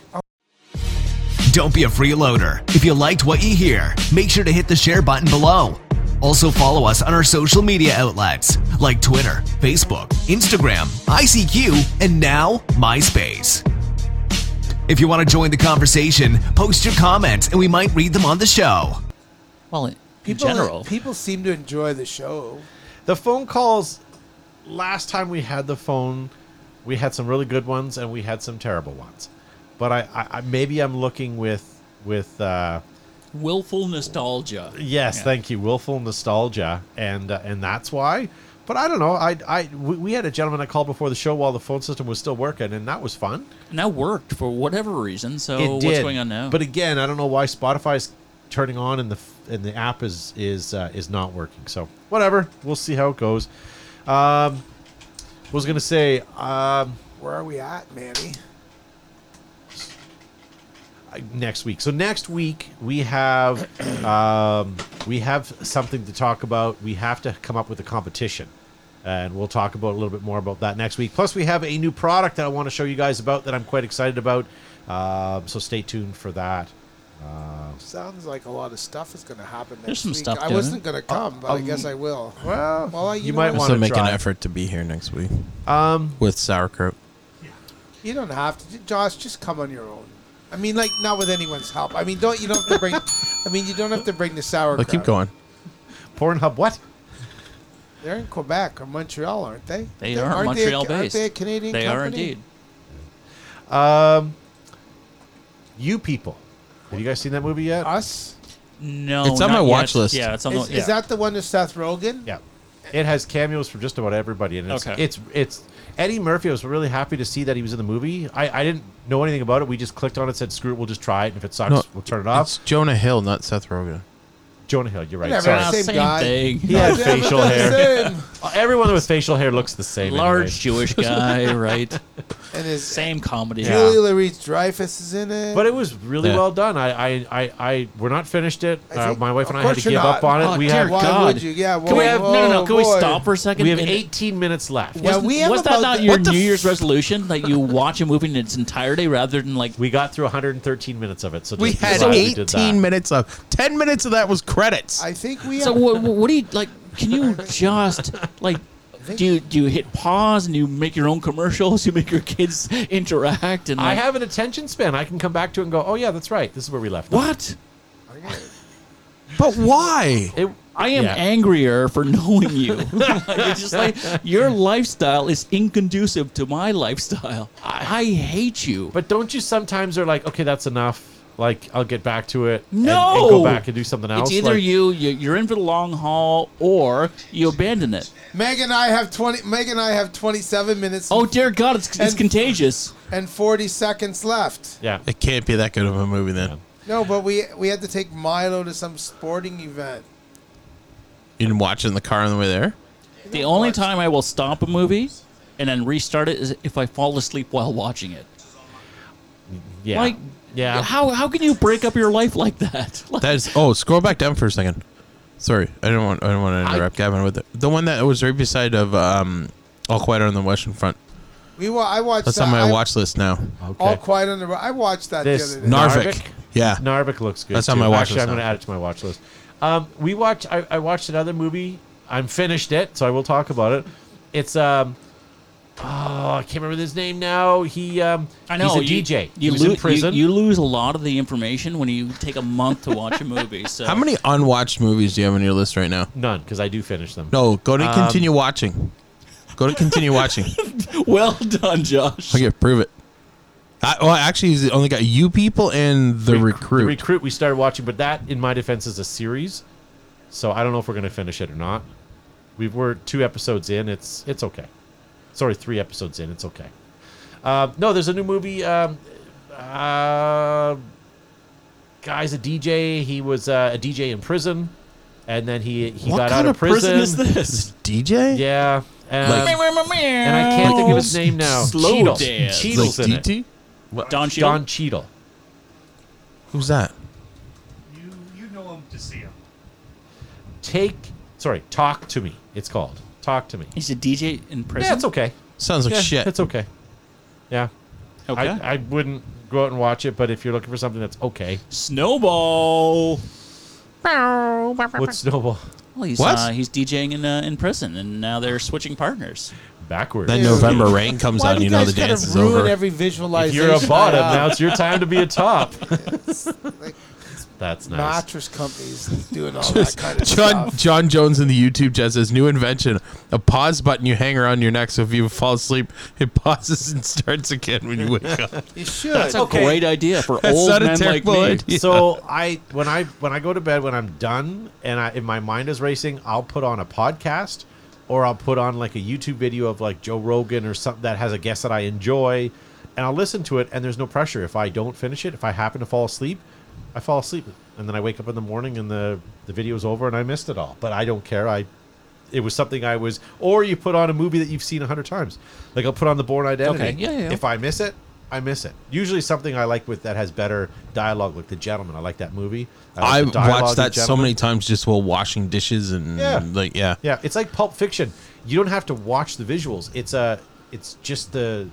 [SPEAKER 12] Don't be a freeloader. If you liked what you hear, make sure to hit the share button below. Also, follow us on our social media outlets like Twitter, Facebook, Instagram, ICQ, and now MySpace. If you want to join the conversation, post your comments and we might read them on the show.
[SPEAKER 4] Well, in
[SPEAKER 9] People,
[SPEAKER 4] general.
[SPEAKER 9] people seem to enjoy the show.
[SPEAKER 1] The phone calls last time we had the phone, we had some really good ones and we had some terrible ones. But I, I, I maybe I'm looking with with uh,
[SPEAKER 4] willful nostalgia.
[SPEAKER 1] yes,
[SPEAKER 4] Yeah.
[SPEAKER 1] thank you, willful nostalgia, and uh, and that's why. But I don't know. I I we, we had a gentleman I called before the show while the phone system was still working, and that was fun.
[SPEAKER 4] And that worked for whatever reason. So
[SPEAKER 1] it
[SPEAKER 4] what's
[SPEAKER 1] did.
[SPEAKER 4] going on now?
[SPEAKER 1] But again, I don't know why Spotify's turning on and the f- and the app is is uh, is not working. So whatever, we'll see how it goes. Um, was gonna say um,
[SPEAKER 9] Where are we at, Manny?
[SPEAKER 1] I- next week. So next week we have um, we have something to talk about. We have to come up with a competition, and we'll talk about a little bit more about that next week. Plus, we have a new product that I want to show you guys about that I'm quite excited about. Um, so stay tuned for that.
[SPEAKER 9] Sounds like a lot of stuff is going to happen. Next
[SPEAKER 4] There's some
[SPEAKER 9] week.
[SPEAKER 4] stuff Oh,
[SPEAKER 9] I
[SPEAKER 4] doing
[SPEAKER 9] wasn't going to come, but I guess I will. Well, well, I, you,
[SPEAKER 1] you
[SPEAKER 9] don't-
[SPEAKER 1] might
[SPEAKER 2] I
[SPEAKER 1] want-
[SPEAKER 2] still
[SPEAKER 1] Wanna
[SPEAKER 2] make an
[SPEAKER 1] try.
[SPEAKER 2] effort to be here next week. Um, with sauerkraut.
[SPEAKER 9] You don't have to, Josh. Just come on your own. I mean, like not with anyone's help. I mean, don't you don't have to bring. I mean, you don't have to bring the sour.
[SPEAKER 2] But keep going.
[SPEAKER 1] Pornhub, what?
[SPEAKER 9] They're in Quebec or Montreal, aren't they?
[SPEAKER 4] They are
[SPEAKER 9] aren't they a-
[SPEAKER 4] Montreal
[SPEAKER 9] Aren't
[SPEAKER 4] based.
[SPEAKER 9] they a Canadian
[SPEAKER 4] they are
[SPEAKER 9] company?
[SPEAKER 4] indeed.
[SPEAKER 1] You people. Have you guys seen that movie yet?
[SPEAKER 4] Uh,
[SPEAKER 9] Us?
[SPEAKER 4] No,
[SPEAKER 2] It's on
[SPEAKER 4] not
[SPEAKER 2] my watch
[SPEAKER 4] yet.
[SPEAKER 2] list.
[SPEAKER 4] Yeah, it's on
[SPEAKER 9] Is,
[SPEAKER 4] the. yeah.
[SPEAKER 9] is that the one with Seth Rogen?
[SPEAKER 1] Yeah, it has cameos from just about everybody, and it's
[SPEAKER 4] Okay.
[SPEAKER 1] it's, it's Eddie Murphy. I was really happy to see that he was in the movie. I, I didn't know anything about it. We just clicked on it, said screw it, we'll just try it, and if it sucks,
[SPEAKER 2] No,
[SPEAKER 1] we'll turn it off.
[SPEAKER 2] It's Jonah Hill, not Seth Rogen.
[SPEAKER 1] Jonah Hill, you're right.
[SPEAKER 9] Whatever.
[SPEAKER 1] Sorry,
[SPEAKER 4] Ah,
[SPEAKER 9] Same
[SPEAKER 4] same
[SPEAKER 9] guy.
[SPEAKER 3] Oh,
[SPEAKER 4] thing.
[SPEAKER 1] he had facial hair.
[SPEAKER 9] Same.
[SPEAKER 1] Everyone with facial hair looks the same.
[SPEAKER 4] Large
[SPEAKER 1] anyways.
[SPEAKER 4] Jewish guy, right?
[SPEAKER 3] And his
[SPEAKER 4] same comedy.
[SPEAKER 3] Julie Louise Dreyfus is in it.
[SPEAKER 1] But it was really
[SPEAKER 4] Yeah.
[SPEAKER 1] well done. I, I, I, I we're not finished it.
[SPEAKER 3] I
[SPEAKER 1] Uh,
[SPEAKER 3] think-
[SPEAKER 1] my wife
[SPEAKER 3] of
[SPEAKER 1] and I had to
[SPEAKER 3] course you're
[SPEAKER 1] give up
[SPEAKER 3] not.
[SPEAKER 1] on it.
[SPEAKER 3] Oh,
[SPEAKER 1] we
[SPEAKER 3] dear
[SPEAKER 1] have
[SPEAKER 3] Why
[SPEAKER 1] God.
[SPEAKER 3] would you? Yeah,
[SPEAKER 1] can we
[SPEAKER 3] whoa,
[SPEAKER 1] have no, no, no?
[SPEAKER 3] whoa,
[SPEAKER 1] Can we
[SPEAKER 3] boy.
[SPEAKER 1] stop for a second? We have
[SPEAKER 4] And-
[SPEAKER 1] 18 minutes left.
[SPEAKER 4] Wasn't- was that not your New Year's resolution that you watch a movie in its entirety rather than like
[SPEAKER 1] we got through 113 minutes of it? So
[SPEAKER 2] We
[SPEAKER 1] just
[SPEAKER 2] had
[SPEAKER 1] decide we did
[SPEAKER 2] 18
[SPEAKER 1] that.
[SPEAKER 2] minutes left. 10 minutes of that was credits.
[SPEAKER 3] I think we.
[SPEAKER 4] So what, what do you like? Can you just like? Do you, do you hit pause and you make your own commercials? You make your kids interact and
[SPEAKER 1] I
[SPEAKER 4] like,
[SPEAKER 1] have an attention span. I can come back to it and go, oh yeah, that's right. This is where we left. off."
[SPEAKER 4] what?
[SPEAKER 2] But why?
[SPEAKER 1] It,
[SPEAKER 4] I am
[SPEAKER 1] Yeah.
[SPEAKER 4] angrier for knowing you. Like, it's just like your lifestyle is inconducive to my lifestyle. I, I hate you.
[SPEAKER 1] But don't you sometimes are like, okay, that's enough. Like I'll get back to it. and-
[SPEAKER 4] No,
[SPEAKER 1] and, go back and do something else.
[SPEAKER 4] It's either
[SPEAKER 1] Like,
[SPEAKER 4] you, you you're in for the long haul or you abandon it.
[SPEAKER 3] Meg and I have twenty. Meg and I have twenty-seven minutes
[SPEAKER 4] Oh dear God, it's, it's
[SPEAKER 3] And-
[SPEAKER 4] contagious.
[SPEAKER 3] and forty seconds left.
[SPEAKER 1] Yeah.
[SPEAKER 2] It can't be that good of a movie then.
[SPEAKER 3] No, but we we had to take Milo to some sporting event.
[SPEAKER 2] You didn't watch it in the car on the way there?
[SPEAKER 4] The only time I will stop a movie and then restart it is if I fall asleep while watching it.
[SPEAKER 1] Yeah.
[SPEAKER 4] Like,
[SPEAKER 1] yeah.
[SPEAKER 4] How how can you break up your life like that? Like,
[SPEAKER 2] That is. Oh, scroll back down for a second. Sorry, I don't want. I don't want to interrupt Gavin with it. The one that was right beside of um, All Quiet on the Western Front.
[SPEAKER 3] We wa- I watched.
[SPEAKER 2] That's
[SPEAKER 3] that.
[SPEAKER 2] on my
[SPEAKER 3] I-
[SPEAKER 2] watch list now.
[SPEAKER 1] Okay.
[SPEAKER 3] All quiet on the. Ro- I watched that
[SPEAKER 1] this
[SPEAKER 3] the other day.
[SPEAKER 2] Narvik. Yeah.
[SPEAKER 1] Narvik looks good.
[SPEAKER 2] That's on
[SPEAKER 1] too.
[SPEAKER 2] my watch
[SPEAKER 1] Actually,
[SPEAKER 2] list
[SPEAKER 1] I'm going to
[SPEAKER 2] now.
[SPEAKER 1] add it to my watch list. Um, we watch. I, I watched another movie. I'm finished it, so I will talk about it. It's um, oh, I can't remember his name now. He um,
[SPEAKER 4] I know
[SPEAKER 1] he's a
[SPEAKER 4] you-
[SPEAKER 1] DJ.
[SPEAKER 4] You,
[SPEAKER 1] he was
[SPEAKER 4] loo-
[SPEAKER 1] in prison.
[SPEAKER 4] You, you lose a lot of the information when you take a month to watch a movie. So
[SPEAKER 2] How many unwatched movies do you have on your list right now?
[SPEAKER 1] None, because I do finish them.
[SPEAKER 2] No, go to continue watching. Go to continue watching.
[SPEAKER 4] Well done, Josh.
[SPEAKER 2] Okay, prove it. I, well, actually, he's only got you people and the recruit.
[SPEAKER 1] The recruit we started watching, but that, in my defense, is a series. So I don't know if we're going to finish it or not. We were two episodes in. It's it's okay. Sorry, three episodes in. It's okay. Uh, no, there's a new movie. Um, uh, guy's a DJ. He was uh, a DJ in prison, and then he he
[SPEAKER 2] What
[SPEAKER 1] got
[SPEAKER 2] kind
[SPEAKER 1] out of
[SPEAKER 2] of prison
[SPEAKER 1] prison.
[SPEAKER 4] is this?
[SPEAKER 2] DJ.
[SPEAKER 1] Yeah. Um,
[SPEAKER 2] Like-
[SPEAKER 1] and I can't think of his name now.
[SPEAKER 4] Slow
[SPEAKER 1] Cheadle.
[SPEAKER 4] dance.
[SPEAKER 2] It's
[SPEAKER 1] Cheadle's
[SPEAKER 2] like
[SPEAKER 1] in it.
[SPEAKER 2] DT.
[SPEAKER 4] Don Cheadle.
[SPEAKER 1] Don Cheadle.
[SPEAKER 2] Who's that?
[SPEAKER 13] You you know him to see him.
[SPEAKER 1] Take. Sorry. Talk to me. It's called. Talk to me.
[SPEAKER 4] He's a DJ in prison.
[SPEAKER 1] Yeah, it's okay.
[SPEAKER 2] Sounds like
[SPEAKER 1] yeah,
[SPEAKER 2] shit.
[SPEAKER 1] It's okay. Yeah.
[SPEAKER 4] Okay.
[SPEAKER 1] I, I wouldn't go out and watch it, but if you're looking for something that's okay,
[SPEAKER 4] Snowball.
[SPEAKER 1] what's Snowball?
[SPEAKER 4] Well, he's,
[SPEAKER 2] What?
[SPEAKER 4] Uh, he's DJing in uh, in prison, and now they're switching partners.
[SPEAKER 1] Backwards.
[SPEAKER 2] Then
[SPEAKER 3] Dude.
[SPEAKER 2] November rain comes
[SPEAKER 9] Why
[SPEAKER 2] on,
[SPEAKER 9] do
[SPEAKER 2] you know
[SPEAKER 9] guys
[SPEAKER 2] the
[SPEAKER 9] gotta
[SPEAKER 2] dance is
[SPEAKER 9] ruin
[SPEAKER 2] over.
[SPEAKER 9] every
[SPEAKER 1] If
[SPEAKER 9] visualization.
[SPEAKER 1] you're a bottom,
[SPEAKER 9] I have?
[SPEAKER 1] now it's your time to be a top. that's nice.
[SPEAKER 3] Mattress companies doing all that
[SPEAKER 2] Just-
[SPEAKER 3] kind of
[SPEAKER 2] John
[SPEAKER 3] stuff.
[SPEAKER 2] John Jones in the YouTube chat says new invention: a pause button you hang around your neck, so if you fall asleep, it pauses and starts again when you wake up.
[SPEAKER 3] You should.
[SPEAKER 4] That's a great idea for
[SPEAKER 2] That's
[SPEAKER 4] old
[SPEAKER 2] not a
[SPEAKER 4] men like
[SPEAKER 2] terrible
[SPEAKER 4] me.
[SPEAKER 2] idea.
[SPEAKER 1] So I when I when I go to bed when I'm done and I, if my mind is racing, I'll put on a podcast or I'll put on like a YouTube video of like Joe Rogan or something that has a guest that I enjoy, and I'll listen to it. And there's no pressure if I don't finish it. If I happen to fall asleep, I fall asleep, and then I wake up in the morning and the the video's over and I missed it all. But I don't care. I it was something I was, or you put on a movie that you've seen a hundred times. Like I'll put on the Born Identity.
[SPEAKER 4] Okay, yeah, yeah, yeah.
[SPEAKER 1] If I miss it, I miss it. Usually something I like with that has better dialogue, like The Gentleman. I like that movie.
[SPEAKER 2] I
[SPEAKER 1] like the dialogue
[SPEAKER 2] watched
[SPEAKER 1] in
[SPEAKER 2] that so
[SPEAKER 1] Gentleman.
[SPEAKER 2] many times just while washing dishes and
[SPEAKER 1] Yeah.
[SPEAKER 2] like yeah.
[SPEAKER 1] Yeah, it's like Pulp Fiction. You don't have to watch the visuals. It's a, it's just the,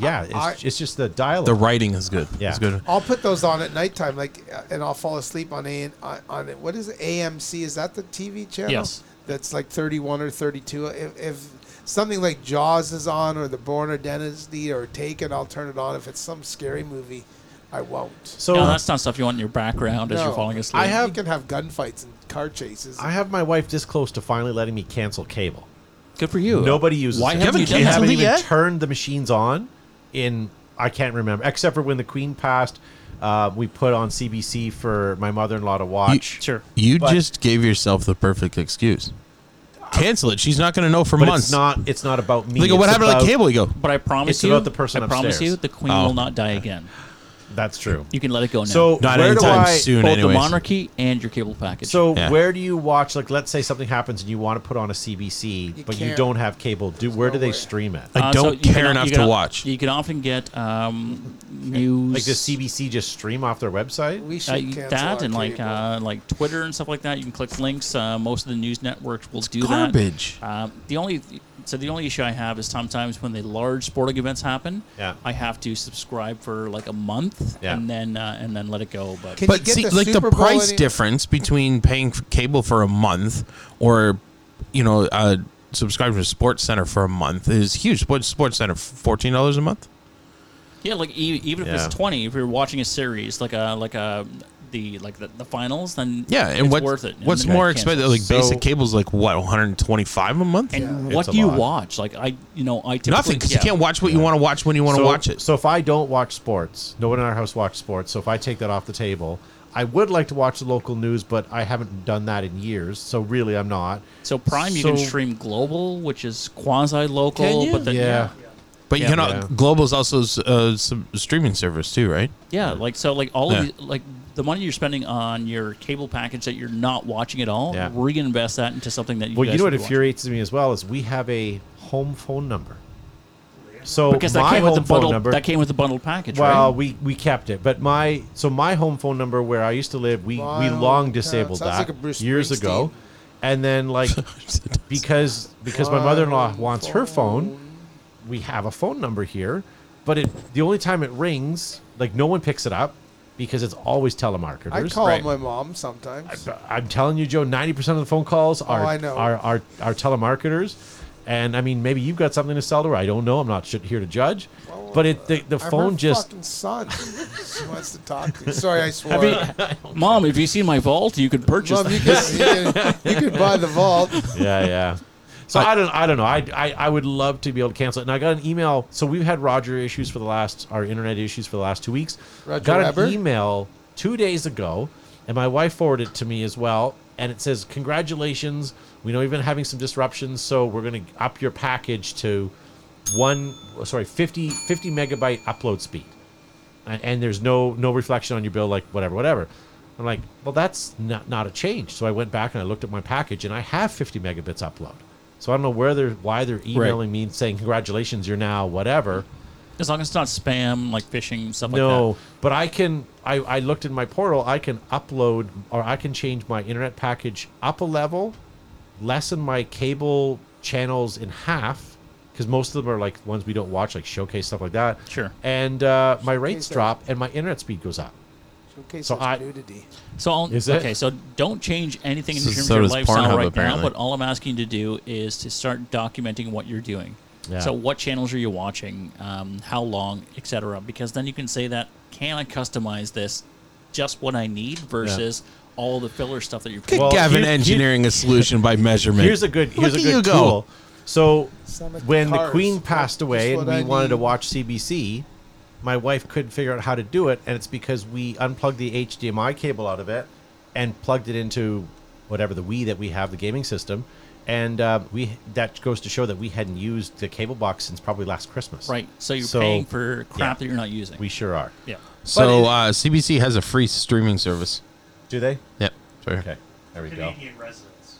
[SPEAKER 1] yeah, it's,
[SPEAKER 3] I-
[SPEAKER 1] it's just the dialogue.
[SPEAKER 2] The writing is good.
[SPEAKER 1] Yeah.
[SPEAKER 2] It's good.
[SPEAKER 3] I'll put those on at nighttime, like, uh, and I'll fall asleep on a on, on it. What is it? AMC? Is that the TV channel?
[SPEAKER 4] Yes.
[SPEAKER 3] That's like thirty-one or thirty-two. If, if something like Jaws is on, or The Born Identity, or Taken, I'll turn it on. If it's some scary movie, I won't.
[SPEAKER 1] so
[SPEAKER 4] No, that's not stuff you want in your background as you're
[SPEAKER 3] No.
[SPEAKER 4] falling asleep.
[SPEAKER 1] I have-
[SPEAKER 3] you can have gunfights and car chases.
[SPEAKER 1] I have my wife this close to finally letting me cancel cable.
[SPEAKER 4] Good for you.
[SPEAKER 1] Nobody uses
[SPEAKER 4] Why
[SPEAKER 1] it.
[SPEAKER 4] haven't you
[SPEAKER 1] We
[SPEAKER 4] done
[SPEAKER 1] haven't
[SPEAKER 4] something
[SPEAKER 1] even
[SPEAKER 4] yet?
[SPEAKER 1] turned the machines on in I can't remember, except for when the Queen passed. Uh, we put on CBC for my mother-in-law to watch.
[SPEAKER 4] Sure.
[SPEAKER 2] You
[SPEAKER 1] But-
[SPEAKER 2] just gave yourself the perfect excuse. Cancel it. She's not going to know for
[SPEAKER 1] but
[SPEAKER 2] months.
[SPEAKER 1] it's not. It's not about me.
[SPEAKER 2] Like, what
[SPEAKER 1] it's
[SPEAKER 2] happened to
[SPEAKER 1] about-
[SPEAKER 2] the cable? You go.
[SPEAKER 4] But I promise
[SPEAKER 1] It's
[SPEAKER 4] you,
[SPEAKER 1] about the person
[SPEAKER 4] I promise
[SPEAKER 1] upstairs.
[SPEAKER 4] you, the queen
[SPEAKER 2] Oh.
[SPEAKER 4] will not die again.
[SPEAKER 1] That's true.
[SPEAKER 4] You can let it go now.
[SPEAKER 1] So Not where do anytime I- soon
[SPEAKER 4] both
[SPEAKER 1] anyways.
[SPEAKER 4] the monarchy and your cable package?
[SPEAKER 1] So where do you watch? Like, let's say something happens and you want to put on a CBC, but you
[SPEAKER 4] can't.
[SPEAKER 1] don't have cable. Do where do they stream it?
[SPEAKER 4] Uh, so you can- you can- You can often get um, news
[SPEAKER 1] Like, does CBC just stream off their website?
[SPEAKER 4] We
[SPEAKER 1] should cancel
[SPEAKER 4] Uh, that
[SPEAKER 1] our
[SPEAKER 4] and like
[SPEAKER 1] cable.
[SPEAKER 4] uh, like Twitter and stuff like that. You can click links. Uh, most of the news networks will do
[SPEAKER 2] garbage.
[SPEAKER 4] that. Um, the only so the only issue I have is sometimes when the large sporting events happen,
[SPEAKER 1] Yeah.
[SPEAKER 4] I have to subscribe for like a month
[SPEAKER 2] Yeah.
[SPEAKER 4] and then uh, and then let it go. But
[SPEAKER 2] but see, like the price difference between paying for cable for a month or, you know, uh, subscribing to Sports Center for a month is huge. What's Sports Center? Fourteen dollars a month.
[SPEAKER 4] Yeah, like e- even if
[SPEAKER 2] Yeah.
[SPEAKER 4] it's twenty, if you're watching a series like a like a the like the, the finals, then
[SPEAKER 2] Yeah, and
[SPEAKER 4] it's
[SPEAKER 2] what,
[SPEAKER 4] worth it. And
[SPEAKER 2] What's
[SPEAKER 4] then I
[SPEAKER 2] more
[SPEAKER 4] cancel.
[SPEAKER 2] expensive? Like
[SPEAKER 4] So-
[SPEAKER 2] basic cable's like what one hundred twenty five a month.
[SPEAKER 4] And what do you watch? Like I, you know, I typically,
[SPEAKER 2] Nothing, 'cause you can't watch what you want to watch when you want to
[SPEAKER 1] So-
[SPEAKER 2] watch it.
[SPEAKER 1] So if I don't watch sports, no one in our house watches sports. So if I take that off the table, I would like to watch the local news, but I haven't done that in years. So really, I'm not.
[SPEAKER 4] So Prime, you can stream global, which is quasi local, but then
[SPEAKER 1] yeah.
[SPEAKER 4] yeah.
[SPEAKER 2] But you
[SPEAKER 4] Yeah.
[SPEAKER 2] cannot. Global's also uh, some streaming service too, right?
[SPEAKER 4] Yeah, like so, like all
[SPEAKER 2] Yeah.
[SPEAKER 4] of the, like the money you're spending on your cable package that you're not watching at all,
[SPEAKER 1] Yeah.
[SPEAKER 4] reinvest that into something that you.
[SPEAKER 1] Well, you
[SPEAKER 4] guys
[SPEAKER 1] know what
[SPEAKER 4] would watch.
[SPEAKER 1] infuriates me as well is we have a home phone number. So
[SPEAKER 4] Because that
[SPEAKER 1] my
[SPEAKER 4] came with
[SPEAKER 1] home
[SPEAKER 4] the
[SPEAKER 1] phone
[SPEAKER 4] bundle-
[SPEAKER 1] number
[SPEAKER 4] that came with the bundled package, right?
[SPEAKER 1] Well, we we kept it, but my so my home phone number where I used to live, we we
[SPEAKER 4] Wild
[SPEAKER 1] long
[SPEAKER 4] Town.
[SPEAKER 1] disabled
[SPEAKER 4] Sounds
[SPEAKER 1] that
[SPEAKER 4] like a Bruce
[SPEAKER 1] years ago, and then like because because my
[SPEAKER 4] Wild
[SPEAKER 1] mother in law wants her phone, we have a phone number here, but it the only time it rings, like no one picks it up because it's always telemarketers.
[SPEAKER 3] I call my mom sometimes.
[SPEAKER 1] I'm telling you, Joe, 90% of the phone calls are,
[SPEAKER 3] Oh, I know.
[SPEAKER 1] are, are, are telemarketers. And I mean, maybe you've got something to sell to her. I don't know. I'm not shit- here to judge. But it the, the
[SPEAKER 3] I'm her
[SPEAKER 1] phone just.
[SPEAKER 3] fucking son. she wants to talk to. you. Sorry, I swore.
[SPEAKER 4] Mom, if you see my vault, you could purchase.
[SPEAKER 3] Mom, you
[SPEAKER 4] this.
[SPEAKER 3] could- you could- you could buy the vault.
[SPEAKER 1] Yeah, yeah. So I, don't I don't know. I, I, I would love to be able to cancel it. And I got an email. So we've had Roger issues for the last, our internet issues for the last two weeks.
[SPEAKER 3] Roger
[SPEAKER 1] got
[SPEAKER 3] Weber?
[SPEAKER 1] an email two days ago, and my wife forwarded it to me as well. And it says, Congratulations. We know you've been having some disruptions, so we're going to up your package to one, sorry, 50, 50 megabyte upload speed. And, and there's no no reflection on your bill, like whatever, whatever. I'm like, well, that's not, not a change. So I went back and I looked at my package, and I have 50 megabits upload. So I don't know where they're why they're emailing me and saying congratulations, you're now whatever.
[SPEAKER 4] As long as it's not spam, like phishing stuff
[SPEAKER 1] no,
[SPEAKER 4] like
[SPEAKER 1] but I can. I, I looked in my portal. I can upload or I can change my internet package up a level, lessen my cable channels in half because most of them are like ones we don't watch, like showcase stuff like that.
[SPEAKER 4] Sure.
[SPEAKER 1] And uh, my rates
[SPEAKER 4] Showcase.
[SPEAKER 1] drop and my internet speed goes up.
[SPEAKER 3] Showcase
[SPEAKER 1] So
[SPEAKER 3] is
[SPEAKER 1] I-
[SPEAKER 3] nudity.
[SPEAKER 4] that. So I'll,
[SPEAKER 1] Is it?
[SPEAKER 4] okay, so don't change anything in
[SPEAKER 1] So-
[SPEAKER 4] terms
[SPEAKER 1] so
[SPEAKER 4] of your
[SPEAKER 1] does
[SPEAKER 4] lifestyle
[SPEAKER 1] Pornhub,
[SPEAKER 4] right
[SPEAKER 1] apparently.
[SPEAKER 4] now. But all I'm asking you to do is to start documenting what you're doing.
[SPEAKER 1] Yeah.
[SPEAKER 4] So what channels are you watching? Um, how long, etc. Because then you can say that can I customize this just what I need versus all the filler stuff that you're.
[SPEAKER 2] Good Gavin engineering a solution by measurement.
[SPEAKER 1] Here's a good. Here's
[SPEAKER 2] Look
[SPEAKER 1] a
[SPEAKER 2] at you
[SPEAKER 1] good
[SPEAKER 2] go.
[SPEAKER 1] tool. So
[SPEAKER 3] Sound like
[SPEAKER 1] when the
[SPEAKER 3] cars.
[SPEAKER 1] Queen passed away
[SPEAKER 3] That's
[SPEAKER 1] and
[SPEAKER 3] what
[SPEAKER 1] we
[SPEAKER 3] I
[SPEAKER 1] wanted to
[SPEAKER 3] need.
[SPEAKER 1] watch CBC, my wife couldn't figure out how to do it, and it's because we unplugged the HDMI cable out of it and plugged it into whatever the Wii that we have, the gaming system, and uh, we that goes to show that we hadn't used the cable box since probably last Christmas.
[SPEAKER 4] Right. So you're paying for crap that you're not using.
[SPEAKER 1] We sure are.
[SPEAKER 4] Yeah.
[SPEAKER 2] So uh, CBC has a free streaming service.
[SPEAKER 1] Do they?
[SPEAKER 2] Yep. Sorry.
[SPEAKER 1] Okay. There we go.
[SPEAKER 13] Canadian residents.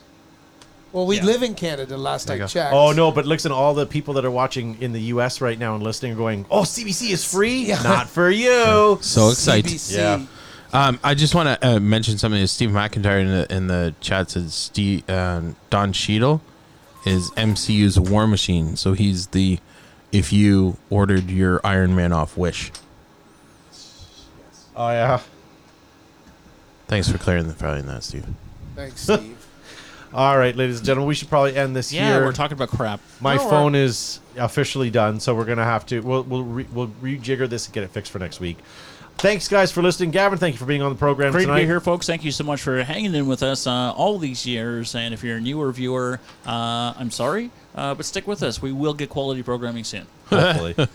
[SPEAKER 3] Well, we
[SPEAKER 1] Yeah.
[SPEAKER 3] live in Canada. Last
[SPEAKER 1] There
[SPEAKER 3] I
[SPEAKER 1] you go.
[SPEAKER 3] checked.
[SPEAKER 1] Oh no! But listen, all the people that are watching in the U.S. right now and listening are going, "Oh, CBC is free? Not for you!"
[SPEAKER 2] So excited.
[SPEAKER 1] CBC. Yeah.
[SPEAKER 2] Um, I just want to uh, mention something that Steve McIntyre in the, in the chat said Steve, uh, Don Cheadle is MCU's War Machine. So he's the if you ordered your Iron Man off Wish.
[SPEAKER 1] Oh yeah.
[SPEAKER 2] Thanks for clearing the filing that, Steve.
[SPEAKER 3] Thanks, Steve.
[SPEAKER 1] All right, ladies and gentlemen, we should probably end this
[SPEAKER 4] Yeah,
[SPEAKER 1] here.
[SPEAKER 4] we're talking about crap.
[SPEAKER 1] My
[SPEAKER 4] No, we're-
[SPEAKER 1] phone is officially done, so we're gonna have to we'll we'll re, we'll rejigger this and get it fixed for next week. Thanks, guys, for listening. Gavin, thank you for being on the program
[SPEAKER 4] Great
[SPEAKER 1] tonight.
[SPEAKER 4] to be here, folks. Thank you so much for hanging in with us uh, all these years. And if you're a newer viewer, uh, I'm sorry, uh, but stick with us. We will get quality programming soon.
[SPEAKER 1] Hopefully.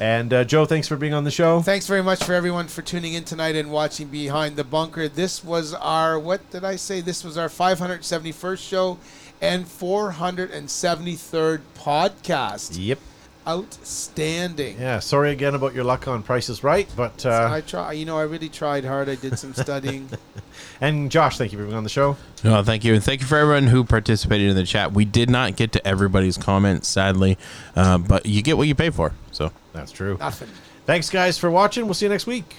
[SPEAKER 1] and uh, Joe, thanks for being on the show.
[SPEAKER 3] Thanks very much for everyone for tuning in tonight and watching Behind the Bunker. This was our what did I say? This was our 571st show and 473rd podcast.
[SPEAKER 1] Yep.
[SPEAKER 9] outstanding.
[SPEAKER 1] Yeah, sorry again about your luck on Price is Right, but uh,
[SPEAKER 9] I try, you know, I really tried hard. I did some studying.
[SPEAKER 1] and Josh, thank you for being on the show.
[SPEAKER 2] No, thank you, and thank you for everyone who participated in the chat. We did not get to everybody's comments, sadly, uh, but you get what you pay for. So
[SPEAKER 1] that's true. Nothing. Thanks, guys, for watching. We'll see you next week.